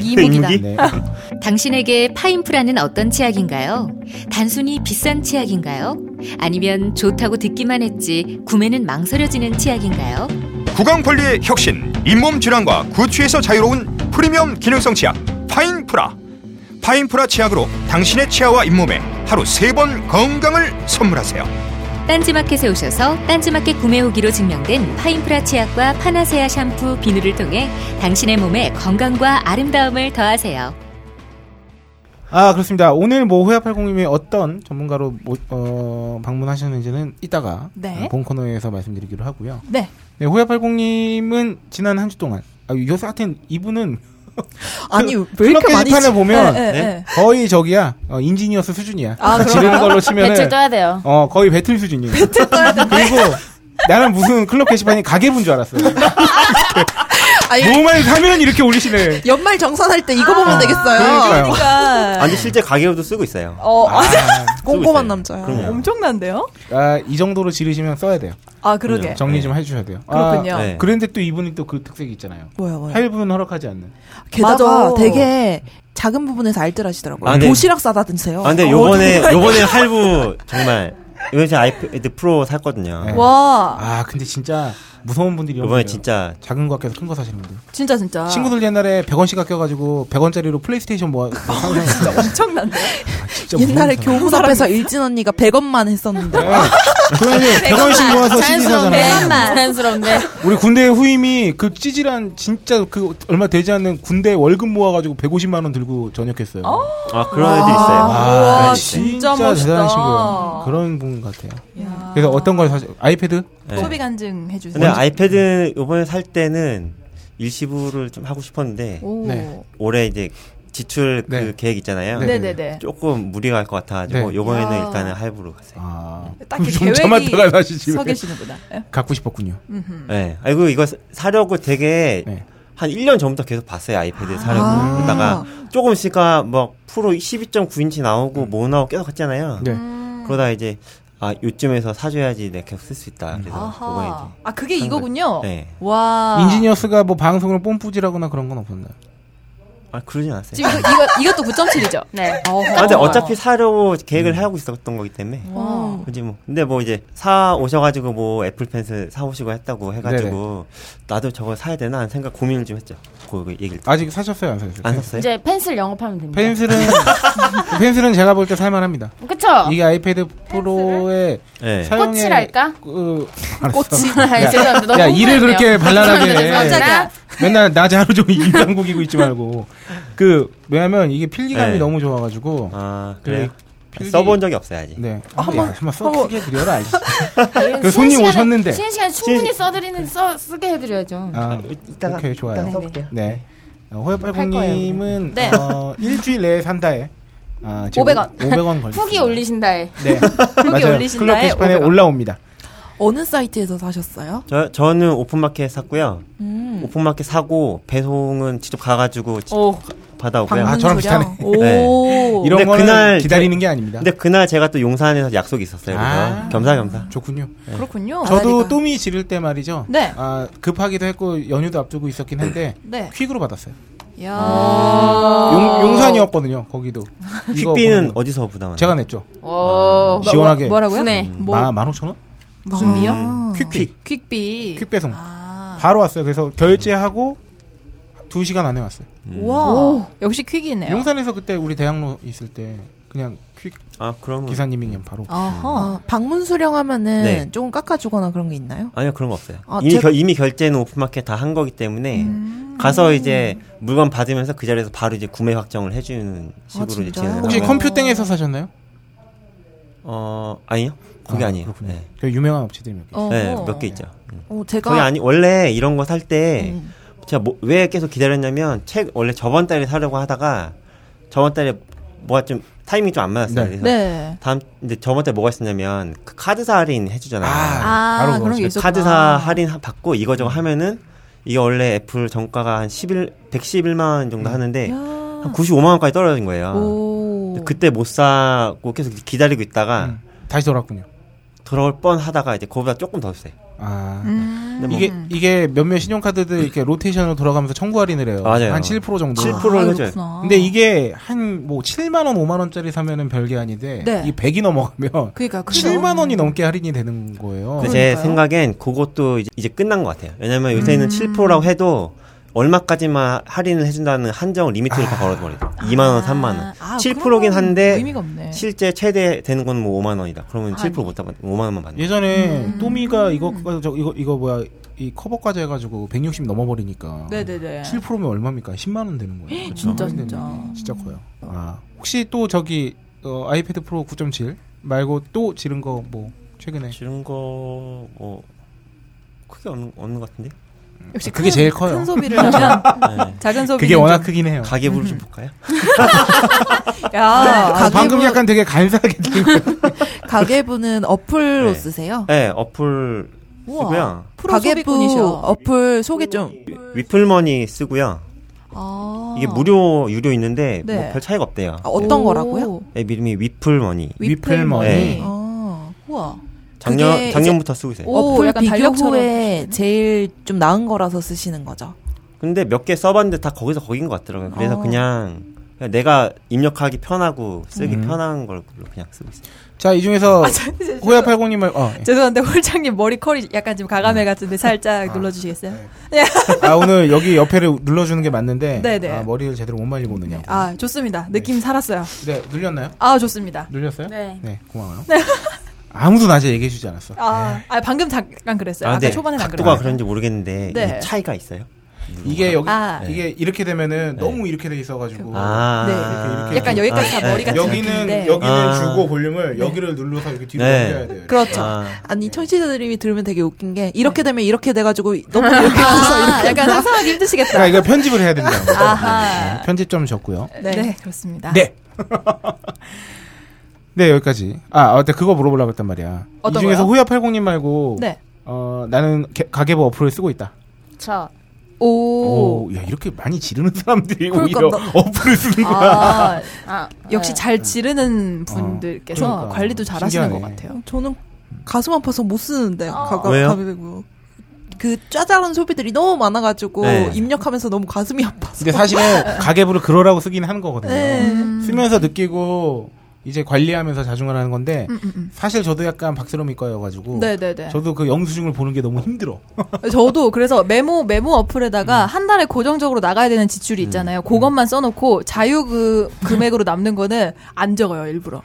Speaker 7: 이목이다.
Speaker 4: 바랍니다. 네.
Speaker 8: 당신에게 파인프라는 어떤 치약인가요? 단순히 비싼 치약인가요? 아니면 좋다고 듣기만 했지 구매는 망설여지는 치약인가요?
Speaker 9: 구강 관리의 혁신, 잇몸 질환과 구취에서 자유로운 프리미엄 기능성 치약 파인프라. 파인프라 치약으로 당신의 치아와 잇몸에 하루 세 번 건강을 선물하세요.
Speaker 8: 딴지마켓에 오셔서 딴지마켓 구매 후기로 증명된 파인프라 치약과 파나세아 샴푸, 비누를 통해 당신의 몸에 건강과 아름다움을 더하세요.
Speaker 4: 아 그렇습니다. 오늘 뭐 호야팔공님이 어떤 전문가로 모- 어, 방문하셨는지는 이따가
Speaker 3: 네.
Speaker 4: 어, 본 코너에서 말씀드리기로 하고요.
Speaker 3: 네.
Speaker 4: 네, 호야팔공님은 지난 한 주 동안 아, 요새 하여튼 이분은
Speaker 6: 아니 왜
Speaker 4: 클럽 뭐
Speaker 6: 이렇게 많이
Speaker 4: 게시판을
Speaker 6: 지-
Speaker 4: 보면
Speaker 3: 네, 네,
Speaker 5: 네?
Speaker 3: 네.
Speaker 4: 거의 저기야 어, 인지니어스 수준이야.
Speaker 3: 아, 그런가요?
Speaker 4: 지르는 걸로
Speaker 1: 배틀
Speaker 4: 치면은
Speaker 1: 떠야 돼요.
Speaker 4: 어 거의 배틀 수준이에요. 그리고 나는 무슨 클럽 게시판이 가계부인 줄 알았어요.
Speaker 6: 아니,
Speaker 4: 뭐만 사면 이렇게 올리시네.
Speaker 6: 연말 정산할 때 이거 보면 되겠어요.
Speaker 4: 그러니까요.
Speaker 3: 그러니까
Speaker 5: 아니 실제 가게로도 쓰고 있어요.
Speaker 3: 어
Speaker 4: 아,
Speaker 6: 꼼꼼한
Speaker 5: 쓰고 있어요.
Speaker 6: 남자야.
Speaker 5: 그럼요.
Speaker 3: 엄청난데요?
Speaker 4: 아, 이 정도로 지르시면 써야 돼요.
Speaker 3: 아 그러게.
Speaker 4: 정리
Speaker 5: 네.
Speaker 4: 좀 해주셔야 돼요.
Speaker 3: 그렇군요.
Speaker 4: 아,
Speaker 5: 네.
Speaker 4: 그런데 또 이분이 또 그 특색이 있잖아요.
Speaker 6: 뭐야 뭐야.
Speaker 4: 할부는 허락하지 않는.
Speaker 6: 게다가
Speaker 3: 맞아.
Speaker 6: 되게 작은 부분에서 알뜰하시더라고요.
Speaker 5: 아, 네.
Speaker 6: 도시락 싸다 드세요.
Speaker 5: 아 근데 요번에 요번에 할부 정말 이번에 제가 아이패드 프로 샀거든요.
Speaker 4: 네.
Speaker 3: 와
Speaker 4: 아 근데 진짜 무서운 분들이
Speaker 5: 요번에
Speaker 4: 없네요.
Speaker 5: 진짜
Speaker 4: 작은 거 아껴서 큰 거 사시는 분들.
Speaker 3: 진짜 진짜
Speaker 4: 친구들 옛날에 100원씩 아껴가지고 100원짜리로 플레이스테이션 모아. 항상
Speaker 3: 엄청난데.
Speaker 4: 진짜 무서운
Speaker 6: 옛날에 그-
Speaker 4: 사람.
Speaker 6: 교문 앞에서 일진 언니가 100원만
Speaker 4: 어.
Speaker 6: 했었는데.
Speaker 4: 예. 그러면 100원씩 모아서 CD
Speaker 8: 네,
Speaker 4: 사잖아요.
Speaker 1: 자연스럽네.
Speaker 4: 우리 군대 후임이 그 찌질한 진짜 그 얼마 되지 않는 군대 월급 모아가지고 150만 원 들고 전역했어요.
Speaker 5: 아 그런 애들 있어요.
Speaker 3: 우와,
Speaker 4: 아,
Speaker 3: 진짜 멋있다.
Speaker 4: 대단하신 거예요. 그런 분 같아요.
Speaker 3: 야.
Speaker 4: 그래서 어떤 걸 사실 아이패드?
Speaker 5: 네.
Speaker 3: 소비 간증 해주세요.
Speaker 5: 근데 아이패드 요번에 살 때는 일시불을 좀 하고 싶었는데
Speaker 3: 오.
Speaker 4: 네.
Speaker 5: 올해 이제 지출 그
Speaker 4: 네.
Speaker 5: 계획 있잖아요.
Speaker 4: 네.
Speaker 3: 네네네.
Speaker 5: 조금 무리가 갈 것 같아가지고
Speaker 4: 네.
Speaker 5: 요번에는
Speaker 3: 아.
Speaker 5: 일단은 할부로 가세요.
Speaker 4: 아,
Speaker 3: 딱히
Speaker 4: 좀
Speaker 3: 계획이
Speaker 4: 참았다가 다시 집에
Speaker 3: 서 계시는구나. 예?
Speaker 4: 갖고 싶었군요.
Speaker 3: 음흠.
Speaker 5: 네. 아이고 이거 사- 사려고 되게
Speaker 4: 네.
Speaker 5: 한 1년 전부터 계속 봤어요. 아이패드 사려고
Speaker 6: 아.
Speaker 5: 하다가 조금씩 막 프로 12.9인치 나오고 뭐 나오고 계속 갔잖아요.
Speaker 4: 음. 네.
Speaker 3: 음.
Speaker 5: 그러다 이제 아 요쯤에서 사줘야지 내가 계속 쓸 수 있다.
Speaker 4: 음.
Speaker 5: 그래서
Speaker 3: 아하.
Speaker 5: 그거
Speaker 3: 아 그게 이거군요.
Speaker 5: 이제 네.
Speaker 3: 와.
Speaker 4: 인지니어스가 뭐 방송을 뽐뿌질하거나 그런 건 없었나요?
Speaker 5: 아 그러진 않았어요.
Speaker 3: 지금 이거, 이거 이것도 9.7이죠.
Speaker 1: 네.
Speaker 3: 어,
Speaker 5: 아, 근데 어차피 사려고 계획을
Speaker 4: 음.
Speaker 5: 하고 있었던 거기 때문에.
Speaker 6: 어.
Speaker 3: 와.
Speaker 5: 그지 뭐. 근데 뭐 이제 사 오셔가지고 뭐 애플 펜슬 사 오시고 했다고 해가지고 나도 저거 사야 되나 하는 생각 고민을 좀 했죠. 그 얘기를 듣고.
Speaker 4: 아직 사셨어요, 안 사셨어요?
Speaker 5: 안 샀어요.
Speaker 1: 네. 이제 펜슬 영업하면 됩니다.
Speaker 4: 펜슬은 펜슬은 제가 볼 때 살만합니다.
Speaker 1: 그쵸?
Speaker 4: 이게 아이패드 프로의
Speaker 5: 네.
Speaker 4: 사용의
Speaker 1: 꽃이랄까?
Speaker 4: 그,
Speaker 1: 아이, 죄송합니다. 너무
Speaker 4: 야, 일을
Speaker 1: 흥분했네요.
Speaker 4: 그렇게 발랄하게
Speaker 1: 죄송합니다.
Speaker 4: 해.
Speaker 1: 죄송합니다.
Speaker 4: 맨날 낮에 하루 종일 인상국이고 있지 말고 그 왜냐면 이게 필기감이
Speaker 5: 네.
Speaker 4: 너무 좋아가지고
Speaker 5: 아
Speaker 4: 그
Speaker 5: 그래.
Speaker 4: 필기-
Speaker 5: 써본 적이 없어야지.
Speaker 4: 네 한번 한번 써게 드려라 이씨.
Speaker 1: 우리는
Speaker 4: 그
Speaker 1: 네. 쉬는
Speaker 4: 손님
Speaker 1: 시간에-
Speaker 4: 오셨는데.
Speaker 1: 쉬는 시간에 충분히 써드리는 써 쓰게 해드려야죠.
Speaker 4: 아
Speaker 5: 이따가-
Speaker 4: 오케이 좋아요.
Speaker 5: 일단 써볼게요.
Speaker 4: 네. 어,
Speaker 1: 팔 거예요,
Speaker 4: 호야팔공님은
Speaker 1: 네.
Speaker 4: 어, 일주일 내에 산다에 아, 지금
Speaker 1: 500원.
Speaker 4: 500원 걸렸
Speaker 1: 후기 올리신다에.
Speaker 4: 네. 맞아요. 클럽
Speaker 3: 올리신다에
Speaker 4: 게시판에
Speaker 3: 500원.
Speaker 4: 올라옵니다.
Speaker 6: 어느 사이트에서 사셨어요?
Speaker 5: 저 저는 오픈마켓 샀고요. 오픈마켓 사고 배송은 직접 가가지고 직접
Speaker 1: 음. 오.
Speaker 5: 받아오고요.
Speaker 4: 아, 저랑 비슷하네.
Speaker 6: 오.
Speaker 4: 이런
Speaker 5: 근데
Speaker 4: 거는
Speaker 5: 그날
Speaker 4: 기다리는 게 아닙니다.
Speaker 5: 근데 그날 제가 또 용산에서 약속이 있었어요. 그래서
Speaker 4: 아.
Speaker 5: 겸사겸사.
Speaker 4: 좋군요.
Speaker 3: 그렇군요.
Speaker 4: 저도
Speaker 6: 아다리가.
Speaker 4: 또미 지를 때 말이죠.
Speaker 3: 네.
Speaker 4: 아, 급하기도 했고 연휴도 앞두고 있었긴 한데
Speaker 3: 네.
Speaker 4: 퀵으로 받았어요.
Speaker 6: 야.
Speaker 3: 아.
Speaker 4: 용, 용산이었거든요. 거기도. 이거
Speaker 5: 퀵비는
Speaker 4: 보면
Speaker 5: 어디서 부담하나요?
Speaker 4: 제가 냈죠.
Speaker 1: 오.
Speaker 4: 시원하게.
Speaker 3: 뭐라고요?
Speaker 1: 네.
Speaker 3: 뭐
Speaker 4: 마, 15,000원?
Speaker 3: 무슨 미요?
Speaker 4: 퀵비.
Speaker 3: 퀵비.
Speaker 4: 퀵 배송.
Speaker 3: 아.
Speaker 4: 바로 왔어요. 그래서 결제하고 2시간 안에 왔어요.
Speaker 3: 와. 역시 퀵이네요.
Speaker 4: 용산에서 그때 우리 대학로 있을 때 그냥 퀵
Speaker 5: 아 그러면
Speaker 4: 기사님이 그냥 바로
Speaker 3: 아하.
Speaker 6: 어, 방문 수령하면은
Speaker 5: 네.
Speaker 6: 조금 깎아주거나 그런 게 있나요?
Speaker 5: 아니요 그런 거 없어요.
Speaker 6: 아,
Speaker 5: 이미,
Speaker 6: 제-
Speaker 5: 결, 이미 결제는 오픈마켓 다 한 거기 때문에
Speaker 6: 음.
Speaker 5: 가서 이제 물건 받으면서 그 자리에서 바로 이제 구매 확정을 해주는 식으로 이제
Speaker 6: 아, 진짜요?
Speaker 5: 진행을
Speaker 4: 혹시
Speaker 5: 하고요.
Speaker 4: 컴퓨땡에서 사셨나요?
Speaker 5: 어 아니요 그게
Speaker 4: 아,
Speaker 5: 아, 니에요
Speaker 4: 그렇군요.
Speaker 5: 네,
Speaker 4: 그 유명한 업체들이 몇 개. 있어요.
Speaker 5: 몇 개 있죠. 음.
Speaker 6: 어,
Speaker 5: 거의
Speaker 6: 제가
Speaker 5: 아니 원래 이런 거 살 때
Speaker 6: 음.
Speaker 5: 제가 뭐- 왜 계속 기다렸냐면 책 원래 저번 달에 사려고 하다가 저번 달에 뭐가 좀 타이밍이 좀 안 맞았어요.
Speaker 4: 네.
Speaker 5: 그래서
Speaker 6: 네.
Speaker 5: 다음 근데 저번 달에 뭐가 있었냐면 그 카드사 할인 해주잖아요.
Speaker 4: 아, 바로 그런 게
Speaker 3: 있었구나.
Speaker 5: 네, 카드사 할인 하- 받고 이거저거 하면은 이게 원래 애플 정가가 한 11, 111만 원 정도
Speaker 3: 음.
Speaker 5: 하는데 한 95만 원까지 떨어진 거예요.
Speaker 6: 오.
Speaker 5: 근데 그때 못 사고 계속 기다리고 있다가
Speaker 4: 음. 다시 돌아왔군요.
Speaker 5: 돌아올 뻔 하다가 이제 그거보다 조금 더 세.
Speaker 4: 아.
Speaker 3: 음.
Speaker 5: 근데 뭐
Speaker 4: 이게 이게 몇몇 신용카드들 이렇게 로테이션으로 돌아가면서 청구 할인을 해요.
Speaker 5: 맞아요.
Speaker 4: 한 7% 정도.
Speaker 3: 아,
Speaker 5: 7%를 해줘요.
Speaker 4: 근데 이게 한 뭐 7만 원, 5만 원짜리 사면은 별게 아닌데
Speaker 6: 네.
Speaker 4: 이 100이 넘어가면
Speaker 6: 그러니까 그죠?
Speaker 4: 7만 원이 넘게 할인이 되는 거예요.
Speaker 5: 근데 제 생각엔 그것도 이제, 이제 끝난 것 같아요.
Speaker 3: 음.
Speaker 5: 왜냐면 요새는 7%라고 해도 얼마까지만 할인을 해준다는 한정 리미트를 다 걸어버리죠. 2만 원, 3만 원.
Speaker 3: 아,
Speaker 5: 7%긴 한데
Speaker 3: 의미가 없네.
Speaker 5: 실제 최대 되는 건 뭐 5만 원이다. 그러면 7%못 받아 5만 원만 받는.
Speaker 4: 예전에
Speaker 3: 음.
Speaker 4: 또미가 이거 저 이거 이거 뭐야 이 커버까지 해가지고 160 넘어버리니까
Speaker 3: 네네네.
Speaker 4: 7%면 얼마입니까? 10만 원 되는 거예요.
Speaker 3: 진짜,
Speaker 4: 할인 되는
Speaker 3: 진짜.
Speaker 4: 게 진짜 커요. 아 혹시 또 저기 어, 아이패드 프로 9.7 말고 또 지른 거 뭐 최근에
Speaker 3: 네.
Speaker 5: 지른 거뭐 크게 없는, 없는 것 같은데.
Speaker 3: 역시
Speaker 4: 그게 제일 커요.
Speaker 3: 큰 소비를 하면
Speaker 5: 네.
Speaker 3: 작은 소비.
Speaker 4: 그게 워낙 크긴
Speaker 3: 어.
Speaker 4: 해요.
Speaker 5: 가계부를
Speaker 3: 음.
Speaker 5: 좀 볼까요?
Speaker 3: 야.
Speaker 4: 아, 방금 약간 되게 간사하게 들린 거
Speaker 6: 가계부는 어플로
Speaker 5: 네.
Speaker 6: 쓰세요?
Speaker 5: 네, 어플 쓰고요.
Speaker 3: 프로 소비꾼이셔.
Speaker 6: 어플 소개 좀.
Speaker 5: 위플머니 쓰고요.
Speaker 6: 아.
Speaker 5: 이게 무료 유료 있는데
Speaker 3: 네.
Speaker 5: 뭐 별 차이가 없대요.
Speaker 6: 아, 어떤 거라고요?
Speaker 5: 네, 이름이 위플머니.
Speaker 4: 위플머니.
Speaker 5: 네.
Speaker 6: 아.
Speaker 3: 우와.
Speaker 5: 작년
Speaker 6: 그게
Speaker 5: 작년부터 쓰고 있어요.
Speaker 3: 오,
Speaker 6: 어플
Speaker 3: 약간
Speaker 6: 비교
Speaker 3: 달력처럼.
Speaker 6: 후에 제일 좀 나은 거라서 쓰시는 거죠.
Speaker 5: 근데 몇 개 써봤는데 다 거기서 거긴 것 같더라고요. 그래서
Speaker 3: 아.
Speaker 5: 그냥, 그냥 내가 입력하기 편하고 쓰기
Speaker 3: 음.
Speaker 5: 편한 걸 그냥 쓰고 있어요.
Speaker 4: 자, 이 중에서 호야팔공님을 어, 예.
Speaker 3: 아, 네. 죄송한데 홀장님 머리 컬이 약간 지금
Speaker 4: 네.
Speaker 3: 가감해 같은데 살짝 눌러주시겠어요?
Speaker 4: 아 오늘 여기 옆에를 눌러주는 게 맞는데
Speaker 3: 네네.
Speaker 4: 아, 머리를 제대로 못 말리고 오느냐.
Speaker 3: 아 좋습니다. 느낌 살았어요.
Speaker 4: 네 눌렸나요?
Speaker 3: 아 좋습니다.
Speaker 4: 눌렸어요?
Speaker 1: 네.
Speaker 4: 고마워요. 아무도 나한테 얘기해주지 않았어.
Speaker 3: 아, 아, 방금 잠깐 그랬어요. 아, 까 초반에 안
Speaker 5: 네. 각도가
Speaker 3: 그랬어요.
Speaker 5: 그런지 모르겠는데
Speaker 3: 네.
Speaker 5: 이 차이가 있어요.
Speaker 4: 이게 여기
Speaker 3: 아.
Speaker 4: 이게 이렇게 되면은 너무 이렇게 돼 있어가지고
Speaker 5: 네. 아.
Speaker 3: 네. 약간 여기까지 네. 다 머리
Speaker 5: 네.
Speaker 3: 같은
Speaker 4: 여기는
Speaker 3: 느낌인데.
Speaker 4: 여기는
Speaker 5: 아.
Speaker 4: 주고 볼륨을 여기를 눌러서 이렇게 뒤로
Speaker 5: 네.
Speaker 4: 올려야 돼요.
Speaker 6: 그렇죠.
Speaker 5: 아.
Speaker 6: 아니 청취자들이 들으면 되게 웃긴 게 이렇게 되면 이렇게 돼가지고 너무 이렇게 돼서 이렇게
Speaker 3: 아, 약간 상상하기 힘드시겠다.
Speaker 4: 그러니까 이거 편집을 해야 된다.
Speaker 3: 아하.
Speaker 4: 편집 좀 적고요.
Speaker 3: 네. 그렇습니다.
Speaker 4: 네. 네 여기까지. 아, 어때 그거 물어보려고 했단 말이야. 이
Speaker 3: 어떤
Speaker 4: 중에서
Speaker 3: 거요?
Speaker 4: 후야 80님 말고
Speaker 3: 네.
Speaker 4: 어 나는 개- 가계부 어플을 쓰고 있다.
Speaker 1: 저
Speaker 3: 오.
Speaker 4: 오, 야 이렇게 많이 지르는 사람들이
Speaker 3: 그러니까
Speaker 4: 오히려
Speaker 3: 나-
Speaker 4: 어플을 쓰는 거야.
Speaker 3: 아,
Speaker 1: 아,
Speaker 3: 역시
Speaker 1: 네.
Speaker 3: 잘 지르는 분들께서
Speaker 4: 그러니까.
Speaker 3: 관리도 잘 하시는 것
Speaker 4: 신기하네.
Speaker 3: 같아요.
Speaker 6: 저는 가슴 아파서 못 쓰는데 가가
Speaker 5: 왜요?
Speaker 6: 가비고 그 짜잘한 소비들이 너무 많아가지고
Speaker 5: 네.
Speaker 6: 입력하면서 너무 가슴이 아파서.
Speaker 4: 근데 사실은 가계부를 그러라고 쓰긴 하는 거거든요.
Speaker 6: 네.
Speaker 4: 쓰면서 느끼고 이제 관리하면서 자중을 하는 건데
Speaker 3: 음, 음, 음.
Speaker 4: 사실 저도 약간 박스롬이과여가지고
Speaker 3: 네네네.
Speaker 4: 저도 그 영수증을 보는 게 너무 힘들어.
Speaker 3: 저도 그래서 메모 메모
Speaker 4: 음.
Speaker 3: 어플에다가 한 달에 고정적으로 나가야 되는 지출이 있잖아요. 그것만 써놓고 자유 그 금액으로 남는 거는 안 적어요 일부러.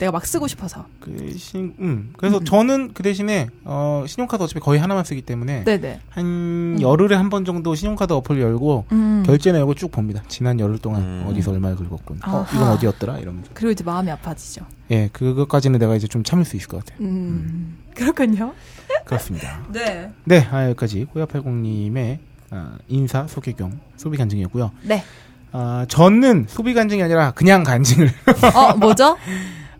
Speaker 3: 내가 막 쓰고 싶어서.
Speaker 4: 그 신, 음. 그래서 저는 그 대신에 어, 신용카드 어차피 거의 하나만 쓰기 때문에
Speaker 3: 네네.
Speaker 4: 한 열흘에 한 번 정도 신용카드 어플 열고
Speaker 3: 음.
Speaker 4: 결제 내역을 쭉 봅니다. 지난 열흘 동안
Speaker 5: 음.
Speaker 4: 어디서 얼마 긁었군. 어,
Speaker 3: 아하.
Speaker 4: 이건 어디였더라 이러면서.
Speaker 3: 그리고 이제 마음이 아파지죠.
Speaker 4: 예, 그것까지는 내가 이제 좀 참을 수 있을 것 같아요.
Speaker 3: 음. 그렇군요.
Speaker 4: 그렇습니다.
Speaker 3: 네.
Speaker 4: 네, 아, 여기까지 호야팔공님의 아, 인사 소개 겸 소비 간증이었고요.
Speaker 3: 네.
Speaker 4: 아, 저는 소비 간증이 아니라 그냥 간증을.
Speaker 3: 어 뭐죠?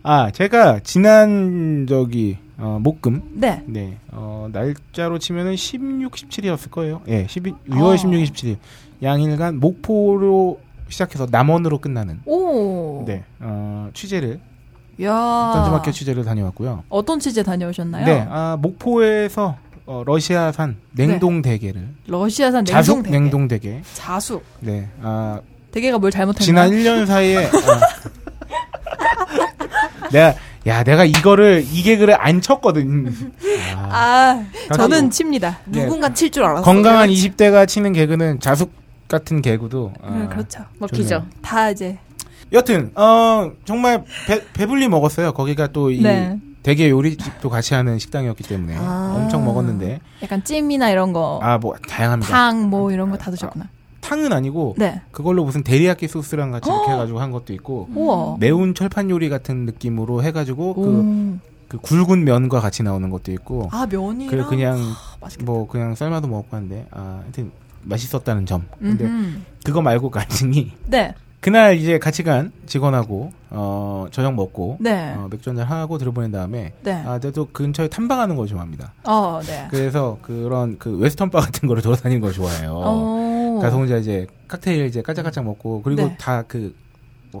Speaker 4: 아, 제가 지난 저기 어, 목금
Speaker 3: 네.
Speaker 4: 네. 어, 날짜로 치면은 16, 17이었을 거예요. 예, 12, 6월
Speaker 3: 어.
Speaker 4: 16, 17일. 양일간 목포로 시작해서 남원으로 끝나는
Speaker 3: 오. 아.
Speaker 4: 네. 어, 취재를
Speaker 3: 야.
Speaker 4: 딴지마켓 취재를 다녀왔고요.
Speaker 3: 어떤 취재 다녀오셨나요?
Speaker 4: 네. 아, 목포에서 어, 러시아산 냉동 대게를
Speaker 3: 네. 러시아산
Speaker 4: 자숙
Speaker 3: 냉동 대게.
Speaker 4: 냉동 대게.
Speaker 3: 자숙.
Speaker 4: 네. 아,
Speaker 3: 대게가 뭘 잘못했나?
Speaker 4: 지난 1년 사이에 아, 내가 야, 내가 이거를 이 개그를 안 쳤거든. 아,
Speaker 3: 아 저는
Speaker 4: 가지고.
Speaker 3: 칩니다.
Speaker 4: 네.
Speaker 6: 누군가 칠 줄
Speaker 3: 아,
Speaker 6: 알았어.
Speaker 4: 건강한 20대가 치는 개그는 자숙 같은 개그도 아,
Speaker 3: 음, 그렇죠.
Speaker 1: 먹히죠.
Speaker 4: 좋네요.
Speaker 3: 다 이제
Speaker 4: 여튼 어 정말 배, 배불리 먹었어요. 거기가 또 이
Speaker 3: 네.
Speaker 4: 대게 요리집도 같이 하는 식당이었기 때문에
Speaker 6: 아.
Speaker 4: 엄청 먹었는데
Speaker 3: 약간 찜이나 이런 거,
Speaker 4: 아 뭐 다양합니다.
Speaker 3: 어.
Speaker 4: 아,
Speaker 3: 탕 뭐 이런 거 다 드셨구나.
Speaker 4: 탕은 아니고
Speaker 3: 네.
Speaker 4: 그걸로 무슨 데리야끼 소스랑 같이 이렇게 해가지고 한 것도 있고
Speaker 3: 우와.
Speaker 4: 매운 철판 요리 같은 느낌으로 해가지고 그,
Speaker 3: 오.
Speaker 4: 그 굵은 면과 같이 나오는 것도 있고
Speaker 6: 아 면이랑
Speaker 4: 그리고 그냥
Speaker 6: 아, 맛있겠다.
Speaker 4: 뭐 그냥 삶아도 먹고 하는데 아 하여튼 맛있었다는 점. 근데
Speaker 3: 음흠.
Speaker 4: 그거 말고 간증이
Speaker 3: 네.
Speaker 4: 그날 이제 같이 간 직원하고 어 저녁 먹고
Speaker 3: 네.
Speaker 4: 어, 맥주 한잔 하고 들어보낸 다음에
Speaker 3: 네.
Speaker 4: 아, 저도 근처에 탐방하는 걸 좋아합니다.
Speaker 3: 어, 네.
Speaker 4: 그래서 그런 그 웨스턴 바 같은 거를 돌아다니는 걸 좋아해요.
Speaker 6: 어.
Speaker 3: 오.
Speaker 4: 가서 혼자 이제 칵테일 이제 까짝까짝 먹고 그리고
Speaker 3: 네.
Speaker 4: 다 그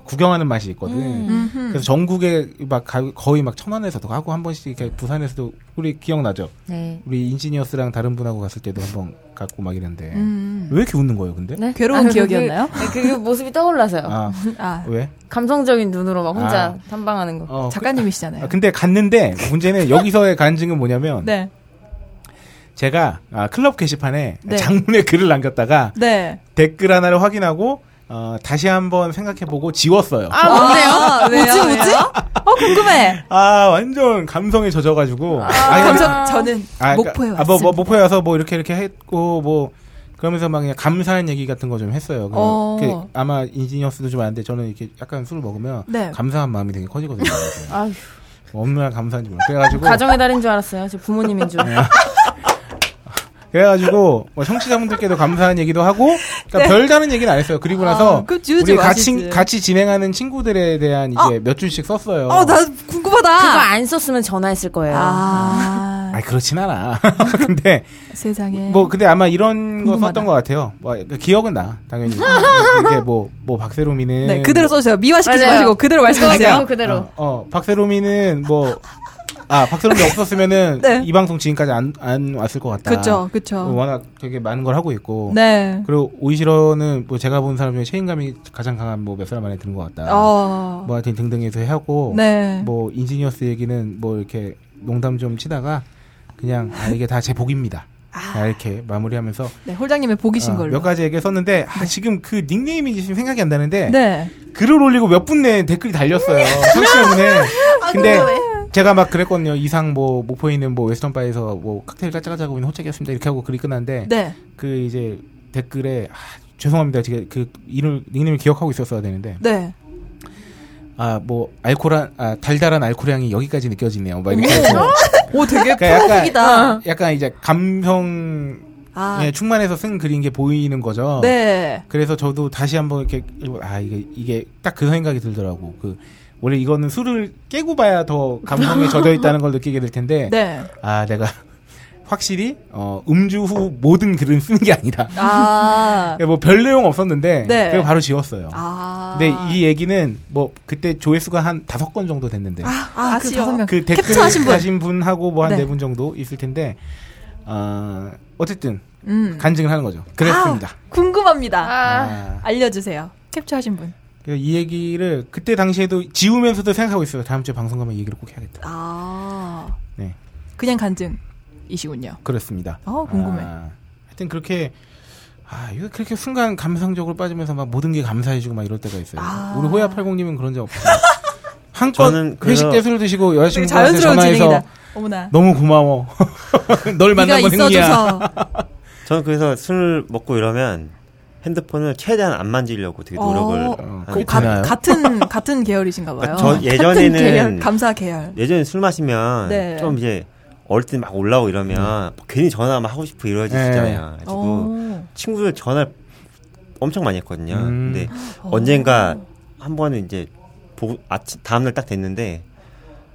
Speaker 4: 구경하는 맛이 있거든.
Speaker 6: 음.
Speaker 3: 음흠.
Speaker 4: 그래서 전국에 막 가- 거의 막 천안에서도 가고 한 번씩 이렇게 부산에서도 우리 기억나죠?
Speaker 1: 네.
Speaker 4: 우리 인지니어스랑 다른 분하고 갔을 때도 한 번 갔고 막 이랬는데
Speaker 3: 음.
Speaker 4: 왜 이렇게 웃는 거예요, 근데?
Speaker 1: 네?
Speaker 3: 괴로운
Speaker 1: 그게-
Speaker 3: 기억이었나요?
Speaker 1: 네, 그 모습이 떠올라서요.
Speaker 4: 아
Speaker 3: 아,
Speaker 4: 왜?
Speaker 1: 감성적인 눈으로 막 혼자
Speaker 4: 아.
Speaker 1: 탐방하는 거.
Speaker 4: 어, 그-
Speaker 3: 작가님이시잖아요.
Speaker 4: 아, 근데 갔는데 문제는 여기서의 간증은 뭐냐면
Speaker 3: 네.
Speaker 4: 제가 아, 클럽 게시판에
Speaker 3: 네.
Speaker 4: 장문의 글을 남겼다가
Speaker 3: 네.
Speaker 4: 댓글 하나를 확인하고 어, 다시 한번 생각해보고 지웠어요. 아,
Speaker 3: 아, 왜요? 뭐지, 뭐지? 어, 궁금해.
Speaker 4: 아, 완전 감성에 젖어가지고 아니,
Speaker 3: 감성, 저는
Speaker 4: 아, 그러니까,
Speaker 3: 목포에 왔습니다.
Speaker 4: 아, 뭐, 뭐, 목포에 와서 뭐 이렇게 이렇게 했고 뭐 그러면서 막 그냥 감사한 얘기 같은 거 좀 했어요. 그냥
Speaker 3: 어.
Speaker 4: 이렇게 아마 인지니어스도 좀 아는데 저는 이렇게 약간 술을 먹으면
Speaker 3: 네.
Speaker 4: 감사한 마음이 되게 커지거든요.
Speaker 1: 아휴.
Speaker 4: 뭐 얼마나 감사한지 몰라. 그래가지고
Speaker 1: 가정의 달인 줄 알았어요. 제 부모님인 줄.
Speaker 4: 네.
Speaker 3: 아.
Speaker 4: 그래가지고 뭐 청취자분들께도 감사한 얘기도 하고 그러니까 별다른 얘기는 안 했어요. 그리고 나서
Speaker 3: 네. 아, 그럼 지우지
Speaker 4: 우리 같이
Speaker 3: 마시지.
Speaker 4: 같이 진행하는 친구들에 대한 이제 몇 줄씩 썼어요.
Speaker 3: 어, 나 궁금하다.
Speaker 1: 그거 안 썼으면 전화했을 거예요.
Speaker 3: 아,
Speaker 4: 아 그렇진 않아. 근데
Speaker 3: 세상에.
Speaker 4: 뭐 근데 아마 이런 거
Speaker 3: 궁금하다.
Speaker 4: 썼던 것 같아요. 뭐 기억은 나 당연히. 이게 뭐 뭐 박세롬이는
Speaker 3: 네, 그대로 써주세요. 미화시키지
Speaker 1: 맞아요.
Speaker 3: 마시고 그대로
Speaker 1: 그대로
Speaker 3: 말씀해주세요.
Speaker 1: 그대로.
Speaker 4: 어, 어, 박세롬이는 뭐. 아, 박세롬이 없었으면은
Speaker 3: 네.
Speaker 4: 이 방송 지금까지 안, 안 왔을 것 같다.
Speaker 3: 아, 그쵸, 그쵸.
Speaker 4: 워낙 되게 많은 걸 하고 있고.
Speaker 3: 네.
Speaker 4: 그리고 오이시러는 뭐 제가 본 사람 중에 책임감이 가장 강한 뭐 몇 사람 안에 드는 것 같다.
Speaker 3: 어.
Speaker 4: 뭐 하여튼 등등해서 하고
Speaker 3: 네.
Speaker 4: 뭐 인지니어스 얘기는 뭐 이렇게 농담 좀 치다가 그냥 아, 이게 다 제 복입니다.
Speaker 3: 아.
Speaker 4: 자, 이렇게 마무리하면서
Speaker 3: 네, 홀장님의 복이신
Speaker 4: 아,
Speaker 3: 걸로.
Speaker 4: 몇 가지 얘기 썼는데 아, 지금 그 닉네임이 지금 생각이 안 나는데
Speaker 3: 네.
Speaker 4: 글을 올리고 몇 분 내에 댓글이 달렸어요. 청취자분에.
Speaker 3: 아,
Speaker 4: 근데 제가 막 그랬거든요. 이상 뭐 목포에 있는 뭐 웨스턴바에서 뭐 칵테일 짜짜가자고 있는 호책이었습니다. 이렇게 하고 글이 끝났는데
Speaker 3: 네.
Speaker 4: 그 이제 댓글에 아, 죄송합니다. 제가 그 이름 닉네임 기억하고 있었어야 되는데
Speaker 3: 네.
Speaker 4: 아 뭐 알코란 아 달달한 알코올 향이 여기까지 느껴지네요. 막 이렇게 해서
Speaker 3: 오 되게
Speaker 4: 그러니까 약간-
Speaker 3: 프로식이다.
Speaker 4: 약간 이제 감성에
Speaker 3: 아,
Speaker 4: 충만해서 쓴 글인 게 보이는 거죠.
Speaker 3: 네.
Speaker 4: 그래서 저도 다시 한번 이렇게 읽어- 아 이게 이게 딱 그 생각이 들더라고. 그 원래 이거는 술을 깨고 봐야 더 감성에 젖어 있다는 걸 느끼게 될 텐데
Speaker 3: 네.
Speaker 4: 아 내가 확실히 어, 음주 후 모든 글은 쓰는 게 아니라
Speaker 3: 아.
Speaker 4: 뭐 별 내용 없었는데
Speaker 3: 네.
Speaker 4: 그냥 바로 지웠어요.
Speaker 3: 아.
Speaker 4: 근데 네, 이 얘기는 뭐 그때 조회수가 한 다섯 건 정도 됐는데
Speaker 3: 아,
Speaker 6: 그
Speaker 3: 아쉬워.
Speaker 6: 다섯 명.
Speaker 4: 그 댓글
Speaker 3: 캡처하신 분.
Speaker 4: 하신 분하고 뭐 한
Speaker 3: 네.
Speaker 4: 네 분 정도 있을 텐데 어, 어쨌든
Speaker 3: 음.
Speaker 4: 간증을 하는 거죠. 그랬습니다.
Speaker 3: 궁금합니다.
Speaker 7: 아,
Speaker 4: 아.
Speaker 3: 알려주세요. 캡처하신 분.
Speaker 4: 그래서 이 얘기를 그때 당시에도 지우면서도 생각하고 있어요. 다음 주에 방송 가면 이 얘기를 꼭 해야겠다.
Speaker 3: 아.
Speaker 4: 네.
Speaker 3: 그냥 간증이시군요.
Speaker 4: 그렇습니다.
Speaker 3: 어, 궁금해.
Speaker 4: 아, 하여튼 그렇게 아 이거 그렇게 순간 감상적으로 빠지면서 막 모든 게 감사해주고 막 이럴 때가 있어요.
Speaker 3: 아.
Speaker 4: 우리 호야팔공님은 그런 적 없어요. 한껏
Speaker 5: 저는
Speaker 4: 회식
Speaker 5: 그래서-
Speaker 4: 때 술 드시고
Speaker 3: 되게
Speaker 4: 여자친구한테
Speaker 3: 자연스러운
Speaker 4: 전화해서
Speaker 3: 진행이다. 어머나.
Speaker 4: 너무 고마워. 널
Speaker 3: 네가
Speaker 4: 만난 건 행이야.
Speaker 3: 있어줘서.
Speaker 5: 저는 그래서 술 먹고 이러면 핸드폰을 최대한 안 만지려고 되게 노력을
Speaker 3: 어,
Speaker 5: 하는
Speaker 4: 그게
Speaker 5: 편이에요. 그러니까
Speaker 4: 되나요?
Speaker 3: 같은 같은 계열이신가 봐요.
Speaker 5: 저 예전에는-
Speaker 3: 같은 계열, 감사 계열.
Speaker 5: 예전에 술 마시면
Speaker 3: 네. 음.
Speaker 5: 좀 이제 어릴 때 막 올라오고 이러면 뭐 괜히 전화 막 하고 싶고
Speaker 4: 네.
Speaker 5: 이러지잖아요. 그래서
Speaker 3: 오.
Speaker 5: 친구들 전화를 엄청 많이 했거든요.
Speaker 4: 음.
Speaker 5: 근데
Speaker 3: 어.
Speaker 5: 언젠가 한 번은 이제 보고 아침 다음날 딱 됐는데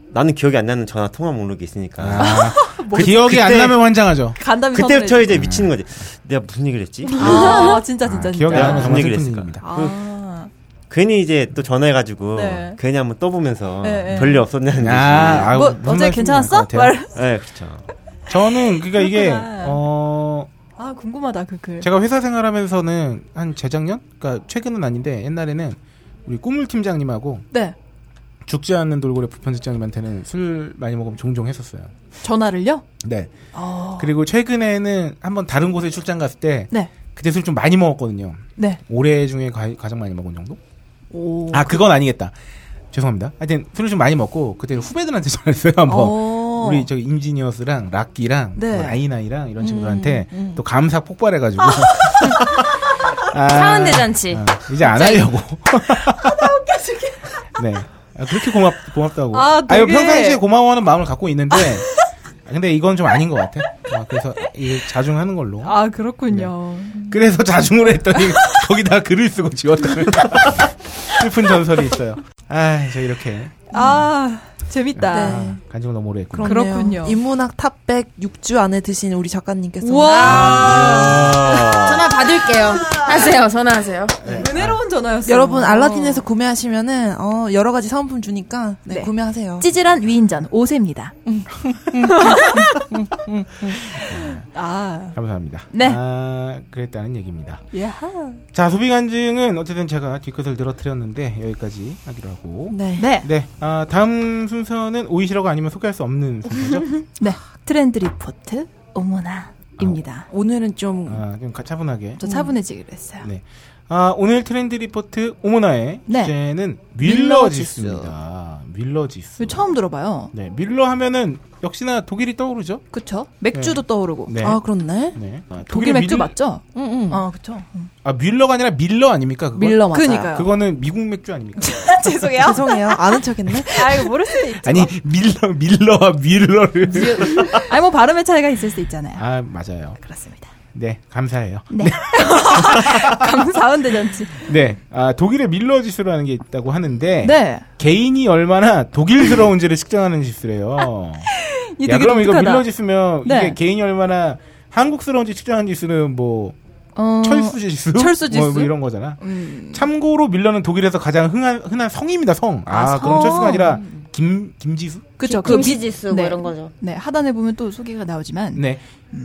Speaker 5: 나는 기억이 안 나는 전화 통화 목록이 있으니까
Speaker 4: 아,
Speaker 3: 뭐지?
Speaker 4: 기억이 안
Speaker 5: 그때-
Speaker 4: 나면 환장하죠.
Speaker 3: 간담이
Speaker 5: 그때부터 이제 미치는 거지. 내가 무슨 얘기를 했지?
Speaker 3: 아 진짜
Speaker 4: 아,
Speaker 3: 진짜
Speaker 4: 기억이 안
Speaker 5: 진짜.
Speaker 4: 나면 정말
Speaker 5: 분위기를
Speaker 4: 슬픈
Speaker 5: 했을까.
Speaker 4: 일입니다.
Speaker 3: 아,
Speaker 5: 괜히 이제 또 전화해가지고
Speaker 3: 네.
Speaker 5: 괜히 한번 떠보면서
Speaker 3: 네, 네.
Speaker 5: 별일 없었냐는 듯이.
Speaker 4: 아, 아유,
Speaker 3: 뭐
Speaker 4: 무슨
Speaker 3: 어제
Speaker 4: 말씀인지
Speaker 3: 괜찮았어?
Speaker 4: 알것 같아요.
Speaker 3: 말.
Speaker 5: 네, 그렇죠.
Speaker 4: 저는 그러니까 이게
Speaker 3: 그렇구나.
Speaker 4: 어
Speaker 3: 아 궁금하다 그 글.
Speaker 4: 제가 회사 생활하면서는 한 재작년, 그러니까 최근은 아닌데 옛날에는 우리 꾸물 팀장님하고
Speaker 3: 네
Speaker 4: 죽지 않는 돌고래 부편집장님한테는 술 많이 먹으면 종종 했었어요.
Speaker 3: 전화를요?
Speaker 4: 네.
Speaker 3: 어.
Speaker 4: 그리고 최근에는 한번 다른 곳에 출장 갔을 때
Speaker 3: 네.
Speaker 4: 그때 술 좀 많이 먹었거든요.
Speaker 3: 네.
Speaker 4: 올해 중에 가, 가장 많이 먹은 정도?
Speaker 3: 오.
Speaker 4: 아 그건 아니겠다. 죄송합니다. 하여튼 술을 좀 많이 먹고 그때 후배들한테 전화했어요 한번.
Speaker 3: 어.
Speaker 4: 우리 저기 임지니어스랑 락기랑
Speaker 3: 네.
Speaker 4: 뭐 아이나이랑 이런 친구들한테 또 감사 폭발해가지고 아,
Speaker 1: 사은 대잔치.
Speaker 4: 아, 이제 안 하려고. 네. 아, 그렇게 고맙 고맙다고.
Speaker 3: 아,
Speaker 4: 아유,
Speaker 3: 되게-
Speaker 4: 평상시에 고마워하는 마음을 갖고 있는데 아, 근데 이건 좀 아닌 것 같아. 아, 그래서 이게 자중하는 걸로.
Speaker 3: 아 그렇군요.
Speaker 4: 그래서 자중으로 했더니 거기다 글을 쓰고 지웠다는 슬픈 전설이 있어요. 아, 저 이렇게
Speaker 3: 아 재밌다.
Speaker 4: 아, 간증을 너무 오래 했구나.
Speaker 3: 그럼- 그렇군요.
Speaker 6: 네. 인문학 탑백 6주 안에 드신 우리 작가님께서
Speaker 3: 우와
Speaker 1: 아.
Speaker 7: 전화 받을게요. 하세요. 전화하세요.
Speaker 1: 그
Speaker 3: 은혜로운 전화였어요.
Speaker 6: 여러분 알라딘에서 구매하시면은 어, 여러 가지 사은품 주니까 네,
Speaker 3: 네.
Speaker 6: 구매하세요.
Speaker 3: 찌질한 위인전 5세입니다. 아
Speaker 4: 감사합니다.
Speaker 3: 네.
Speaker 4: 아, 그랬다는 얘기입니다.
Speaker 3: 예하.
Speaker 4: 자, 소비 간증은 어쨌든 제가 뒤끝을 늘어뜨렸는데 여기까지 하기로 하고.
Speaker 6: 네.
Speaker 3: 네.
Speaker 4: 네, 아, 다음 순서는 오이시라고 아니면 소개할 수 없는 순서죠.
Speaker 3: 네. 트렌드 리포트 오모나입니다.
Speaker 6: 오늘은 좀
Speaker 4: 아, 좀 가- 차분하게.
Speaker 3: 저 차분해지기로 했어요.
Speaker 4: 네. 아, 오늘 트렌드 리포트 오모나의
Speaker 3: 네.
Speaker 4: 주제는
Speaker 3: 밀러
Speaker 4: 밀러
Speaker 3: 지수.
Speaker 4: 지수입니다. 밀러 지수.
Speaker 3: 저 처음 들어봐요.
Speaker 4: 네, 밀러 하면은 역시나 독일이 떠오르죠.
Speaker 3: 그쵸? 맥주도 떠오르고.
Speaker 4: 네.
Speaker 6: 아 그렇네. 네.
Speaker 4: 네. 아,
Speaker 3: 독일
Speaker 4: 독일의
Speaker 3: 맥주
Speaker 4: 밀-
Speaker 3: 맞죠?
Speaker 6: 응 응.
Speaker 3: 아, 그쵸. 음.
Speaker 4: 아, 뮬러가 아니라 밀러 아닙니까? 그거?
Speaker 6: 밀러 맞아요.
Speaker 3: 그니까요.
Speaker 4: 그거는 미국 맥주 아닙니까?
Speaker 3: 죄송해요.
Speaker 6: 죄송해요. 아는 척했네.
Speaker 3: 아, 이거 모를 수도 있죠.
Speaker 4: 아니, 밀러 밀러와 밀러를.
Speaker 3: 아니, 뭐 발음의 차이가 있을 수 있잖아요.
Speaker 4: 아, 맞아요.
Speaker 3: 그렇습니다.
Speaker 4: 네, 감사해요.
Speaker 3: 네. 감사원 대잔치.
Speaker 4: 네, 아, 독일의 밀러 지수라는 게 있다고 하는데
Speaker 3: 네.
Speaker 4: 개인이 얼마나 독일스러운지를 측정하는 지수래요.
Speaker 3: 이
Speaker 4: 야,
Speaker 3: 되게
Speaker 4: 그럼 이거
Speaker 3: 독특하다.
Speaker 4: 밀러 지수면
Speaker 3: 네.
Speaker 4: 이게 개인이 얼마나 한국스러운지 측정하는 지수는 뭐
Speaker 3: 어,
Speaker 4: 철수 지수, 뭐,
Speaker 3: 철수 지수?
Speaker 4: 뭐 이런 거잖아.
Speaker 3: 음.
Speaker 4: 참고로 밀러는 독일에서 가장 흔한 흔한 성입니다. 성. 아,
Speaker 3: 아,
Speaker 4: 그럼
Speaker 3: 성. 음.
Speaker 4: 철수가 아니라 김 김지수?
Speaker 3: 그쵸.
Speaker 1: 그
Speaker 3: 김-
Speaker 1: 비지수
Speaker 3: 네.
Speaker 1: 뭐 이런 거죠.
Speaker 3: 네. 하단에 보면 또 소개가 나오지만. 네.
Speaker 4: 네.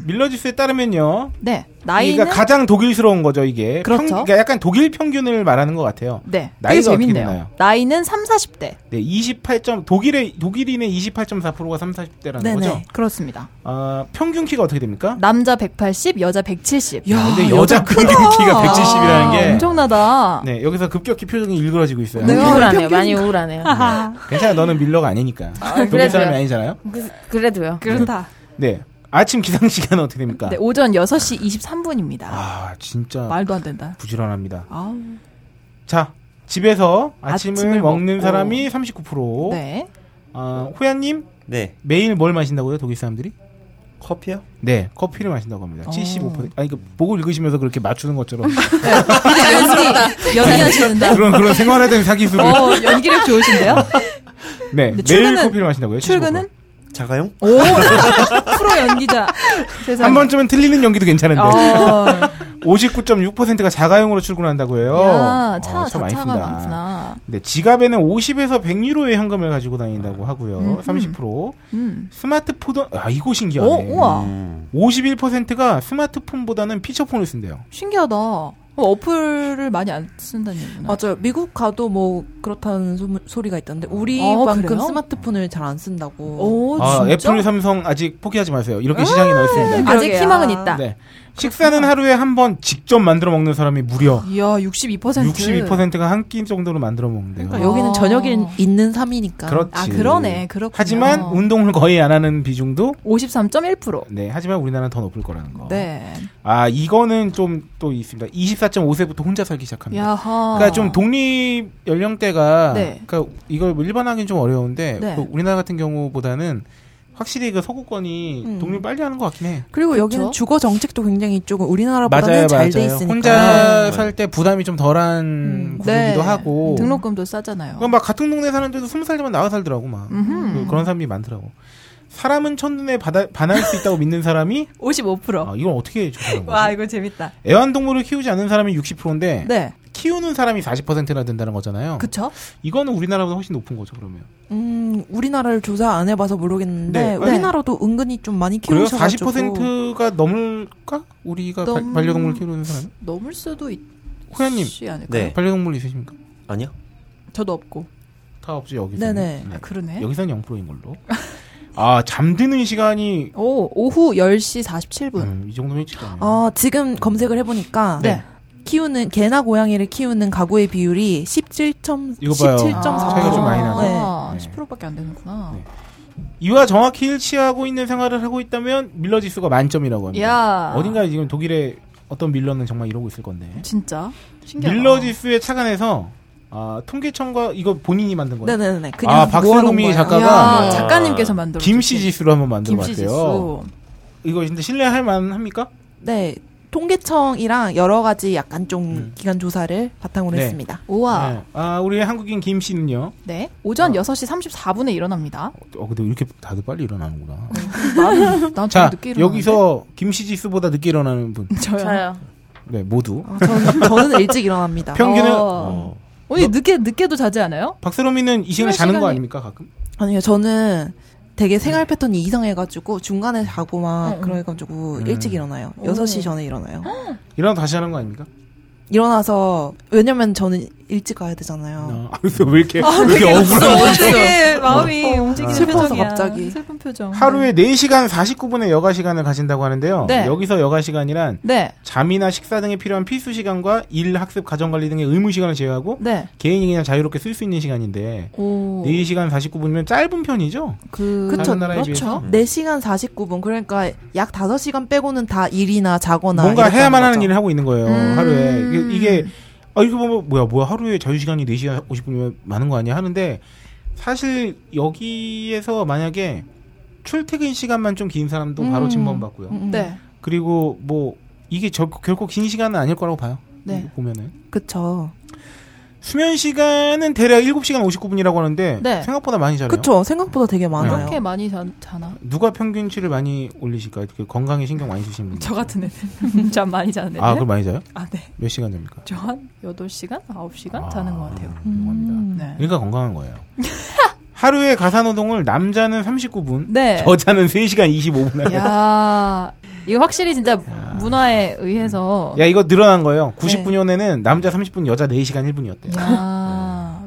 Speaker 4: 밀러 지수에 따르면요.
Speaker 3: 나이는.
Speaker 4: 그러니까 가장 독일스러운 거죠 이게.
Speaker 3: 그렇죠.
Speaker 4: 그러니까 약간 독일 평균을 말하는 것 같아요.
Speaker 3: 네. 되게
Speaker 4: 나이가 어떻게
Speaker 3: 재밌네요.
Speaker 4: 되나요?
Speaker 3: 나이는 3, 40대.
Speaker 4: 네, 28점 독일의 독일인의 28.4%가 3, 40대라는
Speaker 6: 네네.
Speaker 4: 거죠.
Speaker 3: 그렇습니다.
Speaker 4: 아, 평균 키가 어떻게 됩니까?
Speaker 3: 남자 180, 여자 170.
Speaker 4: 야, 근데 여자 평균 키가 170이라는 게
Speaker 3: 아, 엄청나다.
Speaker 4: 네, 여기서 급격히 표정이 일그러지고 있어요.
Speaker 3: 네.
Speaker 1: 우울하네요. 많이 우울하네요.
Speaker 4: 괜찮아. 너는 밀러가 아니니까. 독일
Speaker 1: 그래도요.
Speaker 4: 사람이 아니잖아요.
Speaker 1: 그, 그래도요.
Speaker 3: 그렇다.
Speaker 4: 네. 아침 기상 시간은 어떻게 됩니까?
Speaker 3: 네, 오전 6시 23분입니다.
Speaker 4: 아 진짜
Speaker 3: 말도 안 된다.
Speaker 4: 부지런합니다.
Speaker 3: 아우.
Speaker 4: 자 집에서 아침을,
Speaker 3: 아침을
Speaker 4: 먹는
Speaker 3: 먹고.
Speaker 4: 사람이 39%.
Speaker 3: 네.
Speaker 4: 아, 호야님
Speaker 5: 네.
Speaker 4: 매일 뭘 마신다고요? 독일 사람들이?
Speaker 5: 커피요?
Speaker 4: 네, 커피를 마신다고 합니다.
Speaker 3: 어.
Speaker 4: 75%. 아니 그 보고 읽으시면서 그렇게 맞추는 것처럼
Speaker 3: 연기 연기하시는데.
Speaker 4: 그런 그런 생활화된 사기수를.
Speaker 3: 네. 어, 연기력 좋으신데요?
Speaker 4: 네, 매일
Speaker 3: 근데 출근은-
Speaker 4: 커피를 마신다고요? 75%.
Speaker 3: 출근은
Speaker 5: 자가용?
Speaker 3: 오 프로 연기자. 세상에.
Speaker 4: 한 번쯤은 네. 틀리는 연기도 괜찮은데.
Speaker 3: 어,
Speaker 4: 59.6%가 자가용으로 출근한다고 해요.
Speaker 3: 야,
Speaker 4: 어,
Speaker 3: 차
Speaker 4: 참 많이
Speaker 3: 자차가
Speaker 4: 씁니다.
Speaker 3: 많구나.
Speaker 4: 네, 지갑에는 50에서 100유로의 현금을 가지고 다닌다고 하고요.
Speaker 3: 음, 음.
Speaker 4: 30%.
Speaker 3: 음.
Speaker 4: 스마트폰, 아, 이거 신기하네.
Speaker 3: 오, 어, 우와.
Speaker 5: 음.
Speaker 4: 51%가 스마트폰보다는 피처폰을 쓴대요.
Speaker 3: 신기하다. 그럼 어플을 많이 안 쓴다는 얘기구나.
Speaker 6: 맞아요. 미국 가도 뭐 그렇다는 소, 소리가 있던데
Speaker 3: 아,
Speaker 6: 우리만큼
Speaker 3: 그래요?
Speaker 6: 스마트폰을 잘 안 쓴다고.
Speaker 3: 오,
Speaker 4: 아,
Speaker 3: 어, 진짜? 음,
Speaker 4: 애플, 삼성 아직 포기하지 마세요. 이렇게 시장이 넓습니다.
Speaker 3: 아직
Speaker 6: 그러게요.
Speaker 3: 희망은 있다.
Speaker 4: 네. 식사는 하루에 한 번 직접 만들어 먹는 사람이 무려
Speaker 3: 이야, 62%.
Speaker 4: 62%가 한 끼 정도로 만들어 먹는데요.
Speaker 3: 그러니까요.
Speaker 6: 여기는
Speaker 3: 아.
Speaker 6: 저녁이 있는 삶이니까.
Speaker 4: 그렇지.
Speaker 3: 아, 그러네. 그렇군
Speaker 4: 하지만 운동을 거의 안 하는 비중도
Speaker 3: 53.1%.
Speaker 4: 네, 하지만 우리나라는 더 높을 거라는 거.
Speaker 3: 네.
Speaker 4: 아, 이거는 좀 또 있습니다. 24.5세부터 혼자 살기 시작합니다.
Speaker 3: 야하.
Speaker 4: 그러니까 좀 독립 연령대가
Speaker 3: 어. 네.
Speaker 4: 그러니까 이걸 뭐 일반화하기는 좀 어려운데
Speaker 3: 네.
Speaker 4: 그 우리나라 같은 경우보다는 확실히 그 서구권이 독립 빨리 하는 것 같긴 해.
Speaker 6: 그리고 여기는
Speaker 3: 그쵸?
Speaker 6: 주거 정책도 굉장히 조금 우리나라보다는 잘 돼 있으니까.
Speaker 4: 혼자
Speaker 5: 네.
Speaker 4: 살 때 부담이 좀 덜한
Speaker 6: 음,
Speaker 4: 구조기도 하고.
Speaker 3: 등록금도 싸잖아요.
Speaker 4: 그러니까 막 같은 동네 사는데도 스무 살 되면 나와 살더라고 막
Speaker 3: 음흠.
Speaker 4: 그- 그런 사람이 많더라고. 사람은 첫눈에 받아- 반할 수 있다고 믿는 사람이
Speaker 3: 55%.
Speaker 4: 아, 이건 어떻게 조사한
Speaker 3: 와,
Speaker 4: 거지?
Speaker 3: 이거 재밌다.
Speaker 4: 애완동물을 키우지 않는 사람이 60%인데
Speaker 3: 네.
Speaker 4: 키우는 사람이 40%나 된다는 거잖아요.
Speaker 3: 그쵸?
Speaker 4: 이거는 우리나라보다 훨씬 높은 거죠 그러면.
Speaker 6: 음, 우리나라를 조사 안 해봐서 모르겠는데
Speaker 4: 네.
Speaker 6: 우리나라도 은근히 좀 많이
Speaker 4: 그래요?
Speaker 6: 키우셔가지고
Speaker 4: 40%가 넘을까? 우리가 바-
Speaker 3: 넘-
Speaker 4: 반려동물 키우는 사람?
Speaker 3: 넘을 수도 있지
Speaker 4: 호야님,
Speaker 3: 않을까요?
Speaker 5: 네.
Speaker 4: 반려동물 있으십니까?
Speaker 5: 아니요.
Speaker 3: 저도 없고.
Speaker 4: 다 없죠, 여기서.
Speaker 6: 네네.
Speaker 3: 아, 그러네.
Speaker 4: 여기서는 0%인 걸로. 아, 잠드는 시간이,
Speaker 3: 오, 오후 10시 47분.
Speaker 4: 음, 이 정도면 치잖아요.
Speaker 6: 어, 지금 검색을 해보니까
Speaker 3: 네.
Speaker 6: 키우는 개나 고양이를 키우는 가구의 비율이 17.4%.
Speaker 4: 이거 봐요. 아, 차이가 좀 많이 나네.
Speaker 3: 아,
Speaker 4: 네.
Speaker 3: 10%밖에 안 되는구나.
Speaker 4: 이와 정확히 일치하고 있는 생활을 하고 있다면 밀러 지수가 만점이라고 합니다.
Speaker 3: 야.
Speaker 4: 네. 어딘가 지금 독일의 어떤 밀러는 정말 이러고 있을 건데.
Speaker 3: 진짜 신기하다.
Speaker 4: 밀러 지수에 착안해서, 아, 통계청과, 이거 본인이 만든 거예요?
Speaker 6: 네네네. 그냥
Speaker 4: 아,
Speaker 6: 모아놓은
Speaker 4: 박세롬이
Speaker 6: 거예요.
Speaker 4: 작가가
Speaker 3: 야, 작가님께서 만들어
Speaker 4: 김씨 지수로 한번 만들어
Speaker 3: 김씨
Speaker 4: 봤대요.
Speaker 3: 지수.
Speaker 4: 이거 근데 신뢰할 만합니까?
Speaker 6: 네. 통계청이랑 여러 가지 약간 좀
Speaker 4: 음.
Speaker 6: 기간 조사를 바탕으로
Speaker 4: 네.
Speaker 6: 했습니다.
Speaker 3: 우와.
Speaker 4: 네. 어. 아, 우리 한국인 김 씨는요?
Speaker 3: 네. 오전 6시 34분에 일어납니다.
Speaker 4: 어, 근데 왜 이렇게 다들 빨리 일어나는구나.
Speaker 3: 나는 난
Speaker 4: 자,
Speaker 3: 좀 늦게 일어나.
Speaker 4: 여기서 김씨지수보다 늦게 일어나는 분.
Speaker 3: 저요.
Speaker 1: 저요.
Speaker 4: 네, 모두.
Speaker 6: 아, 저는, 저는 일찍 일어납니다.
Speaker 4: 평균은,
Speaker 3: 어.
Speaker 5: 어.
Speaker 3: 언니 늦게 늦게도 자지 않아요? 박세롬이는
Speaker 4: 이 시간에 자는 거 아닙니까, 가끔?
Speaker 6: 아니요, 저는 되게 생활
Speaker 4: 네.
Speaker 6: 패턴이 이상해가지고 중간에 자고 막 그래가지고
Speaker 4: 음.
Speaker 6: 일찍 일어나요. 6시 전에 일어나요.
Speaker 4: 일어나 다시 하는 거 아닙니까?
Speaker 6: 일어나서, 왜냐면 저는 일찍 가야 되잖아요.
Speaker 3: 어.
Speaker 4: 아, 그래서 왜 이렇게, 왜 이렇게
Speaker 6: 어,
Speaker 4: 억울한 거지?
Speaker 3: 되게 마음이 움직이는
Speaker 6: 슬퍼서
Speaker 3: 표정이야.
Speaker 6: 갑자기.
Speaker 3: 슬픈 표정.
Speaker 4: 하루에 4시간 49분의 여가 시간을 가진다고 하는데요.
Speaker 3: 네.
Speaker 4: 여기서 여가 시간이란
Speaker 3: 네.
Speaker 4: 잠이나 식사 등에 필요한 필수 시간과 일, 학습, 가정 관리 등의 의무 시간을 제외하고
Speaker 3: 네.
Speaker 4: 개인이 그냥 자유롭게 쓸 수 있는 시간인데
Speaker 3: 오.
Speaker 4: 4시간 49분이면 짧은 편이죠?
Speaker 3: 그
Speaker 6: 그쵸,
Speaker 4: 다른 나라에
Speaker 6: 그렇죠.
Speaker 4: 비해서.
Speaker 6: 4시간 49분, 그러니까 약 5시간 빼고는 다 일이나 자거나.
Speaker 4: 뭔가
Speaker 6: 이렇게
Speaker 4: 해야만 하는
Speaker 6: 거죠. 음.
Speaker 4: 일을 하고 있는 거예요. 하루에 이게, 이게 아 이렇게 보면 뭐야 뭐야 하루에 자유 시간이 4시간 50분이면 많은 거 아니야 하는데 사실 여기에서 만약에 출퇴근 시간만 좀 긴 사람도 바로
Speaker 6: 음.
Speaker 4: 침범받고요.
Speaker 6: 음, 음.
Speaker 3: 네.
Speaker 4: 그리고 뭐 이게 절- 결코 긴 시간은 아닐 거라고 봐요.
Speaker 3: 네.
Speaker 4: 이거 보면은
Speaker 6: 그쵸.
Speaker 4: 수면 시간은 대략 7시간 59분이라고 하는데
Speaker 3: 네.
Speaker 4: 생각보다 많이 자네요.
Speaker 6: 그쵸. 생각보다 되게 많아요.
Speaker 3: 그렇게 많이 자, 자나?
Speaker 4: 누가 평균치를 많이 올리실까요? 그 건강에 신경 많이 쓰시는 분.
Speaker 3: 저 같은 애들 음, 잠 많이 자는
Speaker 6: 네.
Speaker 3: 애들.
Speaker 4: 아, 그럼 많이 자요?
Speaker 3: 아, 네.
Speaker 4: 몇 시간 잡니까?
Speaker 3: 저 한 8시간, 9시간
Speaker 4: 아,
Speaker 3: 자는 것 같아요.
Speaker 4: 죄송합니다.
Speaker 3: 네.
Speaker 4: 그러니까 건강한 거예요. 하루에 가사노동을 남자는 39분,
Speaker 3: 네.
Speaker 4: 여자는 3시간 25분 하고. 야.
Speaker 3: 야. 이거 확실히 진짜 문화에 의해서
Speaker 4: 야, 이거 늘어난 거예요.
Speaker 3: 네.
Speaker 4: 99년에는 남자 30분, 여자 4시간
Speaker 1: 네.
Speaker 4: 1분이었대요.
Speaker 3: 야.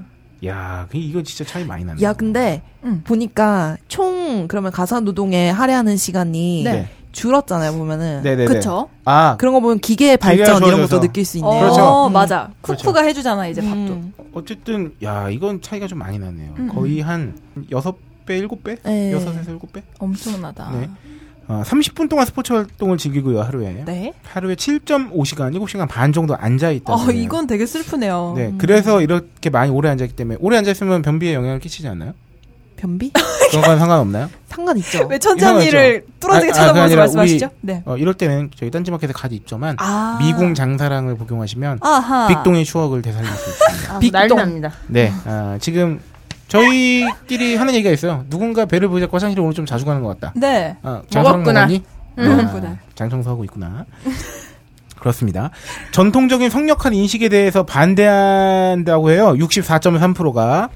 Speaker 4: 야, 그 이거 진짜 차이 많이 나네.
Speaker 6: 야, 근데
Speaker 3: 음.
Speaker 6: 보니까 총 그러면 가사 노동에 할애하는 시간이
Speaker 3: 네.
Speaker 6: 줄었잖아요, 보면은.
Speaker 4: 네, 네, 네.
Speaker 3: 그쵸?
Speaker 4: 아,
Speaker 6: 그런 거 보면 기계의 발전 이런
Speaker 4: 좋아져서.
Speaker 6: 것도 느낄 수 있네요.
Speaker 3: 어,
Speaker 4: 그렇죠.
Speaker 1: 음,
Speaker 3: 맞아.
Speaker 4: 그렇죠.
Speaker 3: 쿠프가 해주잖아, 이제 밥도.
Speaker 6: 음.
Speaker 4: 어쨌든 야, 이건 차이가 좀 많이
Speaker 3: 음.
Speaker 4: 나네요. 거의 한 6배, 7배?
Speaker 6: 네.
Speaker 4: 6에서 7배?
Speaker 3: 엄청나다.
Speaker 4: 네. 어, 30분 동안 스포츠 활동을 즐기고요 하루에
Speaker 3: 네.
Speaker 4: 하루에 7.5시간 7시간 반 정도 앉아 있다.
Speaker 3: 어, 이건 되게 슬프네요.
Speaker 4: 네, 그래서 이렇게 많이 오래 앉아 있기 때문에 오래 앉아 있으면 변비에 영향을 끼치지 않나요?
Speaker 6: 변비?
Speaker 4: 그런 건 상관없나요?
Speaker 6: 상관있죠.
Speaker 3: 왜 천장이를 뚫어지게
Speaker 4: 아, 아,
Speaker 3: 쳐다보면서
Speaker 4: 그게 아니라
Speaker 3: 말씀하시죠? 네.
Speaker 4: 어, 이럴 때는 저희 딴지마켓에 가드 입점한
Speaker 3: 아.
Speaker 4: 미궁 장사랑을 복용하시면
Speaker 3: 아하.
Speaker 4: 빅동의 추억을 되살릴 수 있습니다.
Speaker 1: 아,
Speaker 3: 빅동.
Speaker 1: 난리 납니다.
Speaker 4: 네, 아, 지금 저희끼리 하는 얘기가 있어요. 누군가 배를 보자고 화장실을 오늘 좀 자주 가는 것 같다.
Speaker 3: 네.
Speaker 4: 아, 장사랑
Speaker 1: 먹었구나.
Speaker 4: 먹었니?
Speaker 3: 음.
Speaker 4: 아,
Speaker 3: 먹었구나.
Speaker 4: 장청소하고 있구나. 그렇습니다. 전통적인 성역한 인식에 대해서 반대한다고 해요. 64.3%가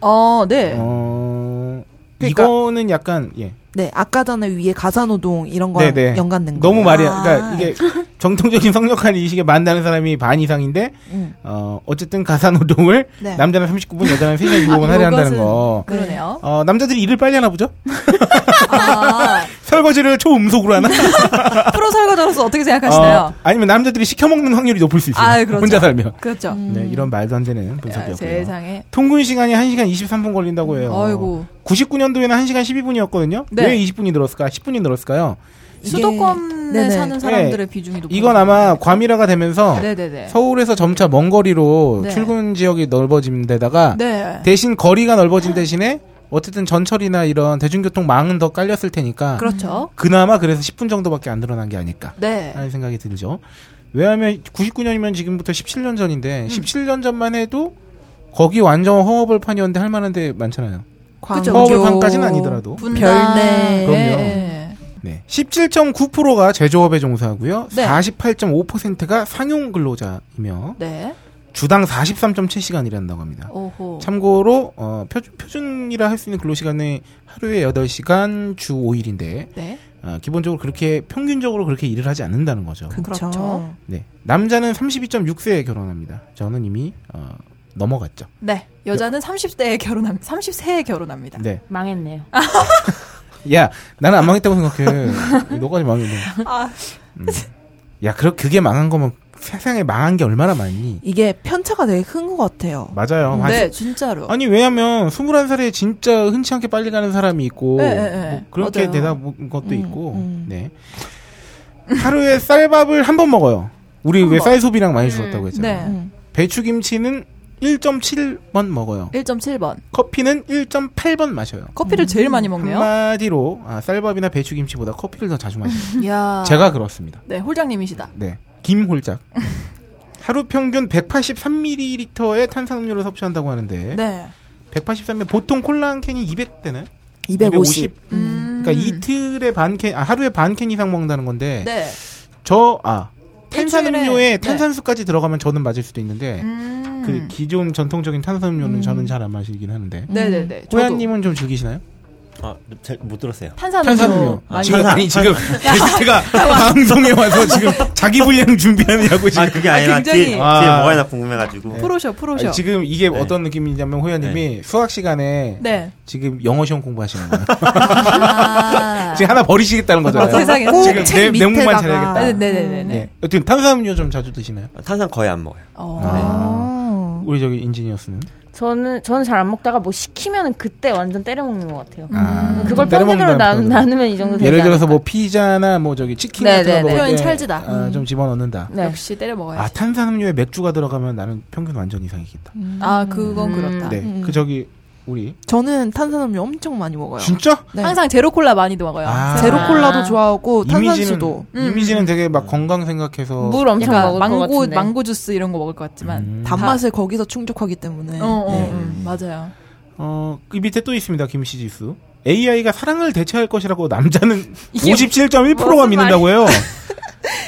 Speaker 3: 어, 네.
Speaker 4: 어...
Speaker 6: 그러니까-
Speaker 4: 이거는 약간 예.
Speaker 6: 네, 아까 전에 위에 가사노동 이런 거랑
Speaker 4: 네네.
Speaker 6: 연관된 거.
Speaker 4: 너무 말이 야 그러니까
Speaker 3: 아.
Speaker 4: 이게 정통적인 성역한 인식에 만나는 사람이 반 이상인데
Speaker 6: 음.
Speaker 4: 어 어쨌든 가사 노동을
Speaker 6: 네.
Speaker 4: 남자는 39분, 여자는 3시간 25분
Speaker 3: 아,
Speaker 4: 하려 한다는 거.
Speaker 3: 그러네요.
Speaker 4: 어 남자들이 일을 빨리 하나 보죠?
Speaker 3: 아,
Speaker 4: 설거지를 초음속으로 하나?
Speaker 3: 프로 설거지로서 어떻게 생각하시나요?
Speaker 4: 어, 아니면 남자들이 시켜 먹는 확률이 높을 수 있어요.
Speaker 3: 아유, 그렇죠.
Speaker 4: 혼자 살면.
Speaker 3: 그렇죠.
Speaker 6: 음.
Speaker 4: 네, 이런 말도 안 되는
Speaker 3: 야,
Speaker 4: 분석이었고요.
Speaker 3: 세상에.
Speaker 4: 통근 시간이 1시간 23분 걸린다고 해요.
Speaker 3: 아이고.
Speaker 4: 99년도에는 1시간 12분이었거든요.
Speaker 3: 네.
Speaker 4: 왜 20분이 늘었을까? 10분이 늘었을까요?
Speaker 6: 이게-
Speaker 3: 수도권에
Speaker 6: 네네.
Speaker 3: 사는 사람들의 비중이 높아.
Speaker 4: 이건 아마 과밀화가 되면서
Speaker 3: 네네네.
Speaker 4: 서울에서 점차 먼 거리로
Speaker 3: 네.
Speaker 4: 출근 지역이 넓어진 데다가
Speaker 3: 네.
Speaker 4: 대신 거리가 넓어진 대신에 어쨌든 전철이나 이런 대중교통 망은 더 깔렸을 테니까
Speaker 3: 그렇죠.
Speaker 4: 그나마 그래서 10분 정도밖에 안 늘어난 게 아닐까
Speaker 3: 네.
Speaker 4: 하는 생각이 들죠. 왜냐하면 99년이면 지금부터 17년 전인데
Speaker 3: 음.
Speaker 4: 17년 전만 해도 거기 완전 허허벌 판이었는데 할 만한 데 많잖아요.
Speaker 3: 그쵸.
Speaker 4: 허허벌 판까지는 아니더라도
Speaker 3: 분당.
Speaker 6: 별내.
Speaker 4: 그럼요.
Speaker 3: 예,
Speaker 4: 네. 17.9%가 제조업에 종사하고요.
Speaker 3: 네.
Speaker 4: 48.5%가 상용 근로자이며
Speaker 3: 예. 네.
Speaker 4: 주당 43.7시간 일한다고 합니다.
Speaker 3: 오호.
Speaker 4: 참고로 어, 표, 표준이라 할 수 있는 근로시간이 하루에 8시간 주 5일인데 어,
Speaker 3: 네.
Speaker 4: 기본적으로 그렇게 평균적으로 그렇게 일을 하지 않는다는 거죠.
Speaker 3: 그렇죠.
Speaker 4: 네. 남자는 32.6세에 결혼합니다. 저는 이미 어, 넘어갔죠.
Speaker 3: 네. 여자는 30대에 결혼합니다. 30세에 결혼합니다.
Speaker 4: 네.
Speaker 1: 망했네요.
Speaker 4: 야, 나는 안 망했다고 생각해. 너까지 망했네.
Speaker 3: 아.
Speaker 4: 음. 야, 그러, 그게 망한 거면 세상에 망한 게 얼마나 많니?
Speaker 6: 이게 편차가 되게 큰 것 같아요.
Speaker 4: 맞아요.
Speaker 3: 네, 진짜로.
Speaker 4: 아니 왜냐면 21살에 진짜 흔치 않게 빨리 가는 사람이 있고
Speaker 3: 예, 예, 예.
Speaker 4: 뭐 그렇게
Speaker 3: 맞아요.
Speaker 4: 되다 본 것도
Speaker 6: 음,
Speaker 4: 있고
Speaker 6: 음.
Speaker 4: 네 하루에 쌀밥을 한 번 먹어요 우리
Speaker 3: 한
Speaker 4: 왜
Speaker 3: 번.
Speaker 4: 쌀 소비량 많이 줄었다고 했잖아요
Speaker 3: 네.
Speaker 6: 음.
Speaker 4: 배추김치는 1.7번 먹어요
Speaker 3: 1.7번.
Speaker 4: 커피는 1.8번 마셔요
Speaker 3: 커피를 제일
Speaker 4: 음,
Speaker 3: 많이 먹네요.
Speaker 4: 한마디로 아, 쌀밥이나 배추김치보다 커피를 더 자주 마셔요
Speaker 3: 야.
Speaker 4: 제가 그렇습니다
Speaker 3: 네, 홀장님이시다.
Speaker 4: 네 김홀짝 하루 평균 183ml의 탄산음료를 섭취한다고 하는데
Speaker 3: 네.
Speaker 4: 183ml 보통 콜라 한 캔이 200대는
Speaker 6: 250.
Speaker 3: 음.
Speaker 4: 그러니까 이틀에 반 캔, 아, 하루에 반 캔 이상 먹는다는 건데
Speaker 3: 네.
Speaker 4: 저 아. 탄산음료에
Speaker 3: 일주일에,
Speaker 4: 탄산수까지 들어가면 저는 맞을 수도 있는데
Speaker 3: 음.
Speaker 4: 그 기존 전통적인 탄산음료는 저는 잘 안 마시긴 하는데
Speaker 3: 네, 네, 네. 저도
Speaker 4: 호야님은 좀 즐기시나요?
Speaker 5: 아, 잘 못 들었어요.
Speaker 3: 탄산음료. 많이
Speaker 4: 지금
Speaker 3: 먹어요.
Speaker 4: 아니 지금 게스트가 방송에 와서 지금 자기 분량 준비하느라고 지금
Speaker 5: 아, 그게 아니라
Speaker 3: 굉장히-
Speaker 5: 뒤에, 뒤에
Speaker 4: 아.
Speaker 5: 뭐가 있나 궁금해가지고.
Speaker 3: 프로셔, 프로셔.
Speaker 4: 아니, 지금 이게 어떤 느낌이냐면 호야님이 수학 시간에
Speaker 3: 네.
Speaker 4: 지금 영어 시험 공부하시는 거예요.
Speaker 3: 아. 어,
Speaker 4: 지금 하나 버리시겠다는 거잖아요.
Speaker 3: 세상에.
Speaker 4: 지금
Speaker 6: 네. 책
Speaker 4: 내- 내목만
Speaker 6: 밑에다가.
Speaker 4: 잘해야겠다.
Speaker 3: 네, 네, 네, 네.
Speaker 4: 네. 어떻게 탄산음료 좀 자주 드시나요?
Speaker 5: 탄산 거의 안
Speaker 4: 음.
Speaker 5: 먹어요.
Speaker 3: 어.
Speaker 6: 아.
Speaker 4: 우리 저기 인지니어스는
Speaker 1: 저는 저는 잘 안 먹다가 뭐 시키면은 그때 완전 때려 먹는 것 음. 같아요.
Speaker 4: 아,
Speaker 3: 음.
Speaker 1: 그걸
Speaker 4: 때려 먹는다는
Speaker 1: 평균으로 나,
Speaker 4: 표현으로.
Speaker 1: 나누면 이 정도 되지
Speaker 4: 예를 들어서
Speaker 1: 않을까?
Speaker 4: 뭐 피자나 뭐 저기 치킨
Speaker 1: 네,
Speaker 4: 같은
Speaker 1: 네,
Speaker 4: 거
Speaker 1: 네.
Speaker 4: 먹을 때
Speaker 3: 표현이 찰지다. 음.
Speaker 4: 아, 좀 집어넣는다.
Speaker 1: 네.
Speaker 3: 역시 때려
Speaker 4: 아
Speaker 3: 먹어야지.
Speaker 4: 탄산음료에 맥주가 들어가면 나는 평균 완전 이상이겠다.
Speaker 3: 아, 그건
Speaker 1: 음.
Speaker 3: 그렇다.
Speaker 4: 네,
Speaker 6: 음.
Speaker 4: 그 저기 우리
Speaker 6: 저는 탄산음료 엄청 많이 먹어요.
Speaker 4: 진짜
Speaker 6: 네.
Speaker 3: 항상 제로 콜라 많이 먹어요.
Speaker 4: 아.
Speaker 6: 제로 콜라도
Speaker 1: 아.
Speaker 6: 좋아하고
Speaker 4: 이미지는
Speaker 6: 탄산수도.
Speaker 3: 음.
Speaker 4: 이미지는 되게 막 건강 생각해서
Speaker 1: 물 엄청
Speaker 3: 약간
Speaker 1: 먹을 것
Speaker 3: 망고
Speaker 1: 같은데.
Speaker 3: 망고 주스 이런 거 먹을 것 같지만
Speaker 4: 어. 음.
Speaker 6: 단맛을 거기서 충족하기 때문에.
Speaker 3: 어, 어,
Speaker 4: 네.
Speaker 3: 음, 맞아요.
Speaker 4: 어그 밑에 또 있습니다 김씨 지수. AI가 사랑을 대체할 것이라고 남자는
Speaker 3: 이게
Speaker 4: 57.1%가
Speaker 3: 무슨
Speaker 4: 믿는다고 해요.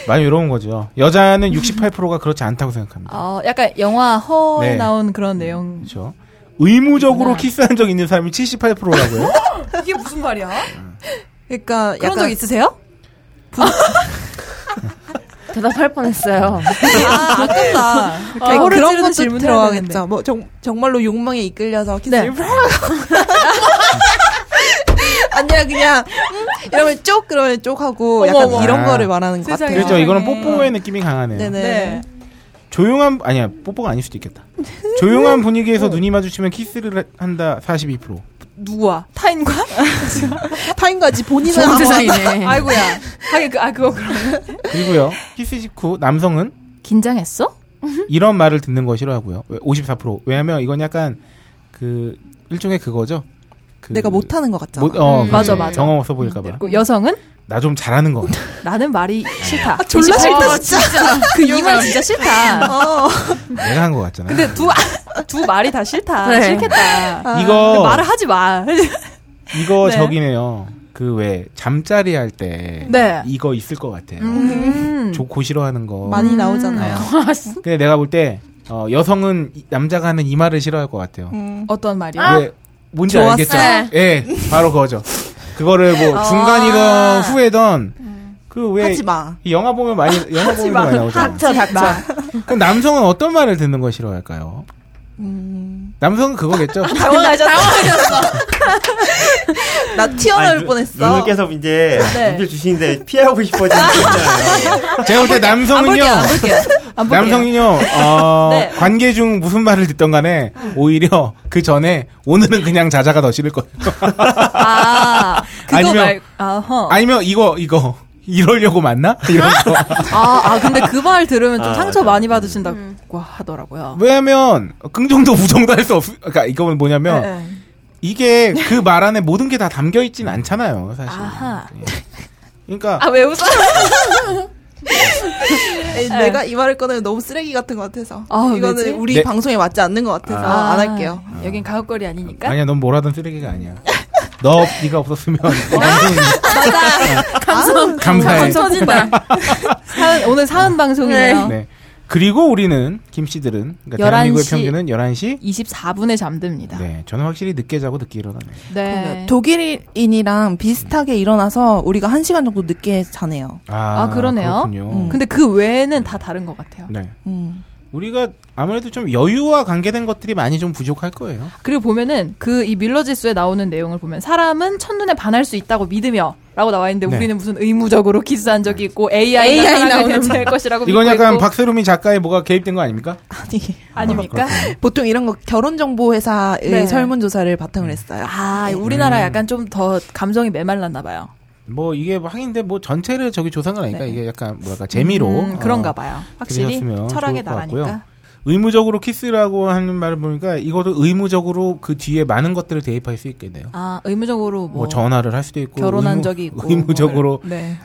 Speaker 4: 많이 이런 거죠. 여자는 68%가 그렇지 않다고 생각합니다.
Speaker 1: 아,
Speaker 3: 어, 약간 영화 허에
Speaker 4: 네.
Speaker 3: 나온 그런 내용.
Speaker 4: 그렇죠. 의무적으로 키스한 적 있는 사람이 78%라고요.
Speaker 3: 이게 무슨 말이야?
Speaker 6: 그러니까
Speaker 3: 그런 적
Speaker 6: 약간
Speaker 3: 있으세요?
Speaker 1: 대답할 뻔했어요.
Speaker 3: 아, 아깝다.
Speaker 6: 아,
Speaker 3: 아,
Speaker 6: 그런 것도 들어가겠죠. 뭐 정, 정말로 욕망에 이끌려서 키스를 팍 아니야 그냥 음, 이러면 쪽 그러면 쪽 하고 약간
Speaker 3: 어머, 어머.
Speaker 6: 이런
Speaker 4: 아.
Speaker 6: 거를 말하는 것
Speaker 3: 세상에.
Speaker 6: 같아요.
Speaker 4: 그렇죠. 이거는
Speaker 3: 세상에.
Speaker 4: 뽀뽀의 느낌이 강하네요.
Speaker 6: 네. 네네.
Speaker 3: 네.
Speaker 4: 조용한 아니야 뽀뽀가 아닐 수도 있겠다. 조용한 분위기에서 눈이 마주치면 키스를 한다 42%.
Speaker 3: 누구와 타인과
Speaker 6: 타인까지 본인은
Speaker 7: 좋은
Speaker 6: 아무-
Speaker 7: 세상이네.
Speaker 3: 아이고야 하긴 그, 아 그거 그런
Speaker 4: 그리고요. 키스 직후 남성은
Speaker 7: 긴장했어?
Speaker 4: 이런 말을 듣는 거 싫어하고요. 왜- 54%. 왜냐면 이건 약간 그 일종의 그거죠. 그
Speaker 6: 내가 못하는 것 같잖아.
Speaker 4: 못- 어,
Speaker 7: 음.
Speaker 4: 그
Speaker 7: 맞아, 맞아.
Speaker 4: 경험 없어
Speaker 3: 네.
Speaker 4: 보일까봐.
Speaker 7: 그리고 여성은
Speaker 4: 나 좀 잘하는 거 같아.
Speaker 3: 나는 말이 싫다 어,
Speaker 6: 졸라 싫다 진짜.
Speaker 3: 그 이 말 진짜 싫다
Speaker 4: 내가 한 거 같잖아.
Speaker 3: 근데 두, 두 말이 다 싫다
Speaker 7: 네.
Speaker 3: 싫겠다
Speaker 4: 이거
Speaker 3: 말을 하지 마
Speaker 4: 이거
Speaker 3: 네.
Speaker 4: 저기네요. 그 왜 잠자리 할 때
Speaker 3: 네.
Speaker 4: 이거 있을 것 같아요.
Speaker 3: 음.
Speaker 4: 좋고 싫어하는 거.
Speaker 6: 많이 나오잖아요.
Speaker 4: 근데 내가 볼 때 어, 여성은 이- 남자가 하는 이 말을 싫어할 것 같아요.
Speaker 6: 음.
Speaker 3: 어떤 말이야
Speaker 4: 왜 뭔지
Speaker 6: 좋았어.
Speaker 4: 알겠죠?
Speaker 7: 네.
Speaker 4: 예, 바로 그거죠. 그거를 뭐 중간이던 후에던 그 왜
Speaker 6: 아. 음. 하지 마.
Speaker 4: 영화 보면 많이 영화 보면 많이 나오잖아요.
Speaker 6: 음.
Speaker 3: 닥쳐
Speaker 4: 그럼 남성은 어떤 말을 듣는 걸 싫어할까요?
Speaker 6: 음.
Speaker 4: 남성은 그거겠죠.
Speaker 3: 당황하셨어
Speaker 6: 나 튀어나올
Speaker 5: 아니, 누-
Speaker 6: 뻔했어.
Speaker 5: 누님께서 이제
Speaker 3: 네.
Speaker 5: 눈길 주시는데 피하고 싶어지는 거 있잖아요.
Speaker 4: 제가 볼 때
Speaker 3: 안
Speaker 4: 남성은요.
Speaker 3: 볼게요 안 볼게요 안 볼게요
Speaker 4: 남성은요, 어,
Speaker 3: 네.
Speaker 4: 관계 중 무슨 말을 듣던 간에, 오히려 그 전에, 오늘은 그냥 자자가 더 싫을 거예요.
Speaker 3: 아 그거
Speaker 4: 아니면-
Speaker 3: 말 아허
Speaker 4: 아니면 이거, 이거, 이러려고 만나? 이런 거.
Speaker 3: 아, 아 근데 그 말 들으면 좀
Speaker 5: 아,
Speaker 3: 상처
Speaker 5: 맞아.
Speaker 3: 많이 받으신다고 하더라고요.
Speaker 4: 왜냐면, 그 긍정도 부정도 할 수 없, 그러니까 이건 뭐냐면,
Speaker 3: 예, 예.
Speaker 4: 이게 그 말 안에 모든 게 다 담겨 있진 않잖아요, 사실.
Speaker 3: 아하.
Speaker 4: 예. 그러니까,
Speaker 3: 아, 왜 웃어?
Speaker 6: 에이, 내가 이 말을 꺼내면 너무 쓰레기 같은 것 같아서.
Speaker 3: 아,
Speaker 6: 이거는
Speaker 3: 왜지?
Speaker 6: 우리
Speaker 4: 네.
Speaker 6: 방송에 맞지 않는 것 같아서 안 할게요.
Speaker 3: 여긴 가옥거리 아니니까.
Speaker 4: 아니야, 넌 뭘 하던 쓰레기가 아니야. 너, 네가 없었으면, 이 방송이
Speaker 7: 감성
Speaker 4: 감사해.
Speaker 7: 터진다.
Speaker 3: 사은, 오늘 사은 방송이네요.
Speaker 4: 네. 그리고 우리는, 김씨들은, 그러니까 대한민국의
Speaker 3: 어. 11시.
Speaker 4: 평균은 11시,
Speaker 3: 24분에 잠듭니다. 네.
Speaker 4: 네, 저는 확실히 늦게 자고 늦게 일어나네요.
Speaker 6: 그러니까 독일인이랑 비슷하게 일어나서 우리가 한 시간 정도 늦게 자네요.
Speaker 4: 아,
Speaker 3: 아, 그러네요.
Speaker 4: 그렇군요.
Speaker 6: 음.
Speaker 3: 근데 그 외에는 다 다른 것 같아요.
Speaker 4: 네.
Speaker 6: 음.
Speaker 4: 우리가 아무래도 좀 여유와 관계된 것들이 많이 좀 부족할 거예요.
Speaker 3: 그리고 보면은 그 이 밀러 지수에 나오는 내용을 보면 사람은 첫눈에 반할 수 있다고 믿으며 라고 나와 있는데
Speaker 4: 네.
Speaker 3: 우리는 무슨 의무적으로 키스한 적이 있고 AI 가
Speaker 7: AI
Speaker 3: 사랑을
Speaker 7: 나오는
Speaker 3: 대체할 것이라고 믿고
Speaker 4: 이건 약간
Speaker 3: 있고
Speaker 4: 박세롬이 작가의 뭐가 개입된 거 아닙니까?
Speaker 6: 아니
Speaker 3: 아닙니까?
Speaker 6: 보통 이런 거 결혼정보회사의
Speaker 3: 네.
Speaker 6: 설문조사를 바탕으로 했어요.
Speaker 3: 아, 우리나라
Speaker 4: 음.
Speaker 3: 약간 좀 더 감정이 메말랐나 봐요.
Speaker 4: 뭐 이게 뭐 하긴데 뭐 전체를 저기 조사한 건 아니까 이게 약간 뭐랄까 재미로
Speaker 3: 네. 음, 그런가
Speaker 4: 어,
Speaker 3: 봐요. 확실히
Speaker 4: 그러셨으면
Speaker 3: 철학의
Speaker 4: 좋을 것 같고요.
Speaker 3: 나라니까.
Speaker 4: 의무적으로 키스라고 하는 말을 보니까 이것도 의무적으로 그 뒤에 많은 것들을 대입할 수 있겠네요.
Speaker 3: 아 의무적으로 뭐,
Speaker 4: 뭐 전화를 할 수도 있고
Speaker 3: 결혼한
Speaker 4: 의무-
Speaker 3: 적이 있고
Speaker 4: 의무적으로
Speaker 3: 네.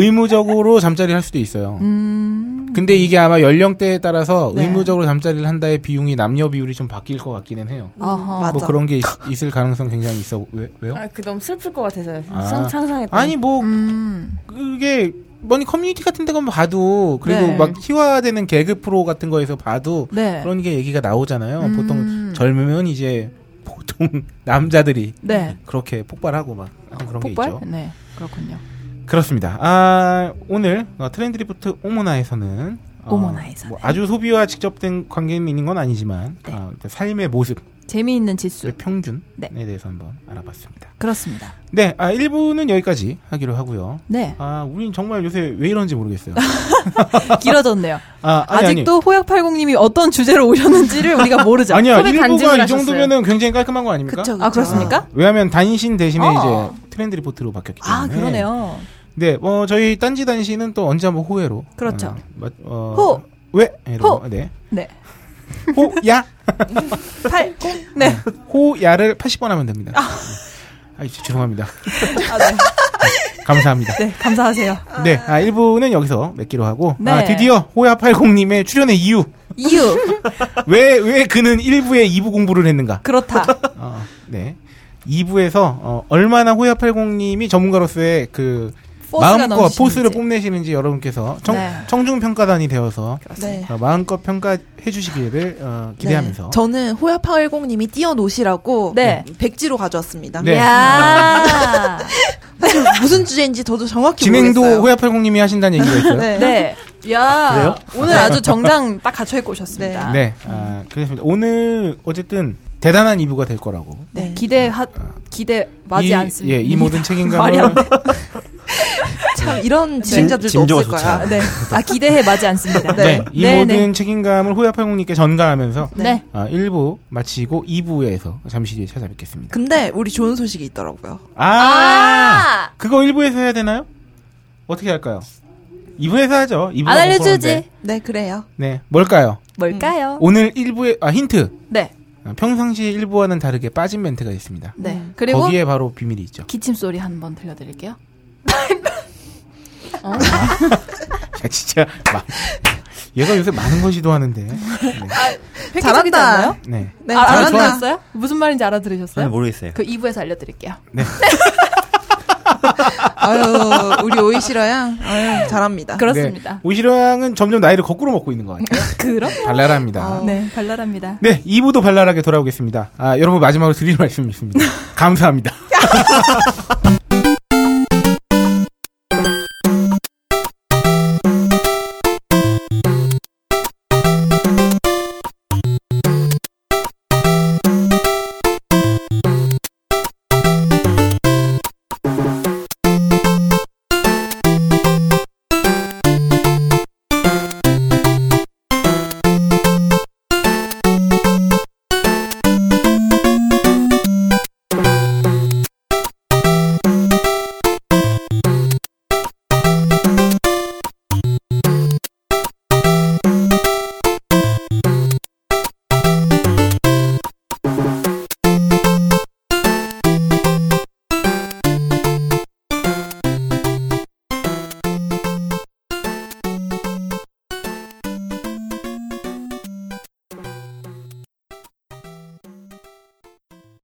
Speaker 4: 의무적으로 잠자리 할 수도 있어요.
Speaker 3: 음.
Speaker 4: 근데 이게 아마 연령대에 따라서
Speaker 3: 네.
Speaker 4: 의무적으로 잠자리를 한다의 비용이 남녀 비율이 좀 바뀔 것 같기는 해요.
Speaker 3: 어허.
Speaker 6: 맞아.
Speaker 4: 뭐 그런 게 있, 을 가능성 굉장히 있어 왜, 왜요?
Speaker 7: 아, 그 너무 슬플 것 같아서요.
Speaker 4: 아.
Speaker 7: 상- 상상했다.
Speaker 4: 아니 뭐
Speaker 3: 음.
Speaker 4: 그게 뭐니 커뮤니티 같은 데 가면 봐도 그리고
Speaker 3: 네.
Speaker 4: 막 희화되는 개그 프로 같은 거에서 봐도
Speaker 3: 네.
Speaker 4: 그런 게 얘기가 나오잖아요.
Speaker 3: 음.
Speaker 4: 보통 젊으면 이제 보통 남자들이
Speaker 3: 네.
Speaker 4: 그렇게 폭발하고 막 하는 그런 게
Speaker 3: 폭발?
Speaker 4: 있죠.
Speaker 3: 네. 그렇군요.
Speaker 4: 그렇습니다. 아 오늘 어, 트렌드 리포트 오모나에서는 어,
Speaker 3: 오모나에서는.
Speaker 4: 뭐 아주 소비와 직접된 관계는 있는 건 아니지만 어, 일단 삶의 모습, 그
Speaker 3: 재미있는 지수.
Speaker 4: 평균에
Speaker 3: 네.
Speaker 4: 대해서 한번 알아봤습니다.
Speaker 3: 그렇습니다.
Speaker 4: 네, 아 1부는 여기까지 하기로 하고요.
Speaker 3: 네.
Speaker 4: 아, 우린 정말 요새 왜 이런지 모르겠어요.
Speaker 3: 길어졌네요.
Speaker 4: 아, 아니, 아니.
Speaker 3: 아직도 호약팔공님이 어떤 주제로 오셨는지를 우리가 모르죠.
Speaker 4: 아니야,
Speaker 7: 소비
Speaker 4: 1부가
Speaker 7: 간증을
Speaker 4: 이 정도면은 굉장히 깔끔한 거 아닙니까?
Speaker 6: 그쵸, 어. 그쵸.
Speaker 3: 아 그렇습니까?
Speaker 4: 왜냐하면 단신 대신에
Speaker 3: 어.
Speaker 4: 이제 트렌드 리포트로 바뀌었기 때문에.
Speaker 3: 아 그러네요.
Speaker 4: 네, 어, 저희 딴지 단신은 또 언제 한번 호해로.
Speaker 3: 그렇죠.
Speaker 4: 어, 맞- 어,
Speaker 3: 호.
Speaker 4: 왜? 이러고,
Speaker 3: 호.
Speaker 4: 네.
Speaker 3: 네.
Speaker 4: 호, 야.
Speaker 3: 팔. 네.
Speaker 4: 호, 야를 80번 하면 됩니다. 아, 죄송합니다.
Speaker 3: 아, 네.
Speaker 4: 감사합니다.
Speaker 3: 네. 감사하세요.
Speaker 4: 네, 아, 1부는 여기서 맺기로 하고. 아,
Speaker 3: 네.
Speaker 4: 드디어 호야80님의 출연의 이유.
Speaker 3: 이유
Speaker 4: 왜, 왜 그는 1부에 2부 공부를 했는가?
Speaker 3: 그렇다.
Speaker 4: 어, 네. 2부에서 어, 얼마나 호야팔공님이 전문가로서의 그
Speaker 3: 포스가
Speaker 4: 마음껏
Speaker 3: 넘치는지.
Speaker 4: 포스를 뽐내시는지 여러분께서 청,
Speaker 3: 네.
Speaker 4: 청중 평가단이 되어서
Speaker 6: 네.
Speaker 4: 어, 마음껏 평가해 주시기를 어, 기대하면서
Speaker 6: 네. 저는 호야파일공님이 띄어놓으시라고
Speaker 3: 네.
Speaker 6: 백지로 가져왔습니다.
Speaker 4: 네.
Speaker 3: 야.
Speaker 6: 사실 무슨 주제인지 저도 정확히
Speaker 4: 진행도
Speaker 6: 모르겠어요.
Speaker 4: 호야팔공님이 하신다는 얘기가 있어요. 네.
Speaker 6: 네.
Speaker 3: 네. 야.
Speaker 5: 그래요?
Speaker 3: 오늘 아주 정장 딱 갖춰 입고 오셨습니다.
Speaker 4: 아, 그렇습니다. 오늘 어쨌든 대단한 2부가 될 거라고.
Speaker 6: 네.
Speaker 3: 기대 하, 기대 맞지
Speaker 4: 이-
Speaker 3: 않습니다.
Speaker 4: 예, 이 모든
Speaker 3: 말이
Speaker 4: 책임감을
Speaker 3: 안 돼.
Speaker 6: 참 이런 진행자들도
Speaker 5: 징조가
Speaker 6: 없을 거야.
Speaker 5: 좋잖아.
Speaker 6: 네.
Speaker 3: 아 기대해 맞지 않습니다.
Speaker 4: 네. 이 모든 책임감을 호야팔공님께 전가하면서
Speaker 1: 네.
Speaker 4: 아, 1부 마치고 2부에서 잠시 뒤에 찾아뵙겠습니다.
Speaker 6: 근데 우리 좋은 소식이 있더라고요.
Speaker 4: 아! 그거 1부에서 해야 되나요? 어떻게 할까요? 2부에서 하죠. 2부가
Speaker 1: 안 알려주지.
Speaker 4: 공포라는데.
Speaker 6: 네, 그래요.
Speaker 4: 네. 뭘까요?
Speaker 1: 뭘까요?
Speaker 4: 오늘 1부에 아 힌트.
Speaker 3: 네.
Speaker 4: 아, 평상시 1부와는 다르게 빠진 멘트가 있습니다.
Speaker 3: 네. 그리고
Speaker 4: 음. 거기에 바로 비밀이 있죠.
Speaker 7: 기침 소리 한번 들려드릴게요.
Speaker 4: 야, 진짜 막 얘가 요새 많은 걸 시도하는데. 네.
Speaker 3: 획기적이지 않나요?
Speaker 4: 네.
Speaker 6: 네,
Speaker 3: 아,
Speaker 4: 잘한다.
Speaker 3: 알아들었어요? 무슨 말인지 알아들으셨어요?
Speaker 4: 네, 뭐.
Speaker 5: 잘 모르겠어요.
Speaker 7: 그 2부에서 알려드릴게요.
Speaker 6: 아유, 우리 오이시라야. 아유, 잘합니다.
Speaker 7: 그렇습니다.
Speaker 4: 네. 오시랑은 점점 나이를 거꾸로 먹고 있는 것 같아요.
Speaker 3: 그럼?
Speaker 4: 발랄합니다.
Speaker 7: 아.
Speaker 3: 네, 발랄합니다.
Speaker 4: 네, 2부도 발랄하게 돌아오겠습니다. 아, 여러분 마지막으로 드리는 말씀이 있습니다. 감사합니다.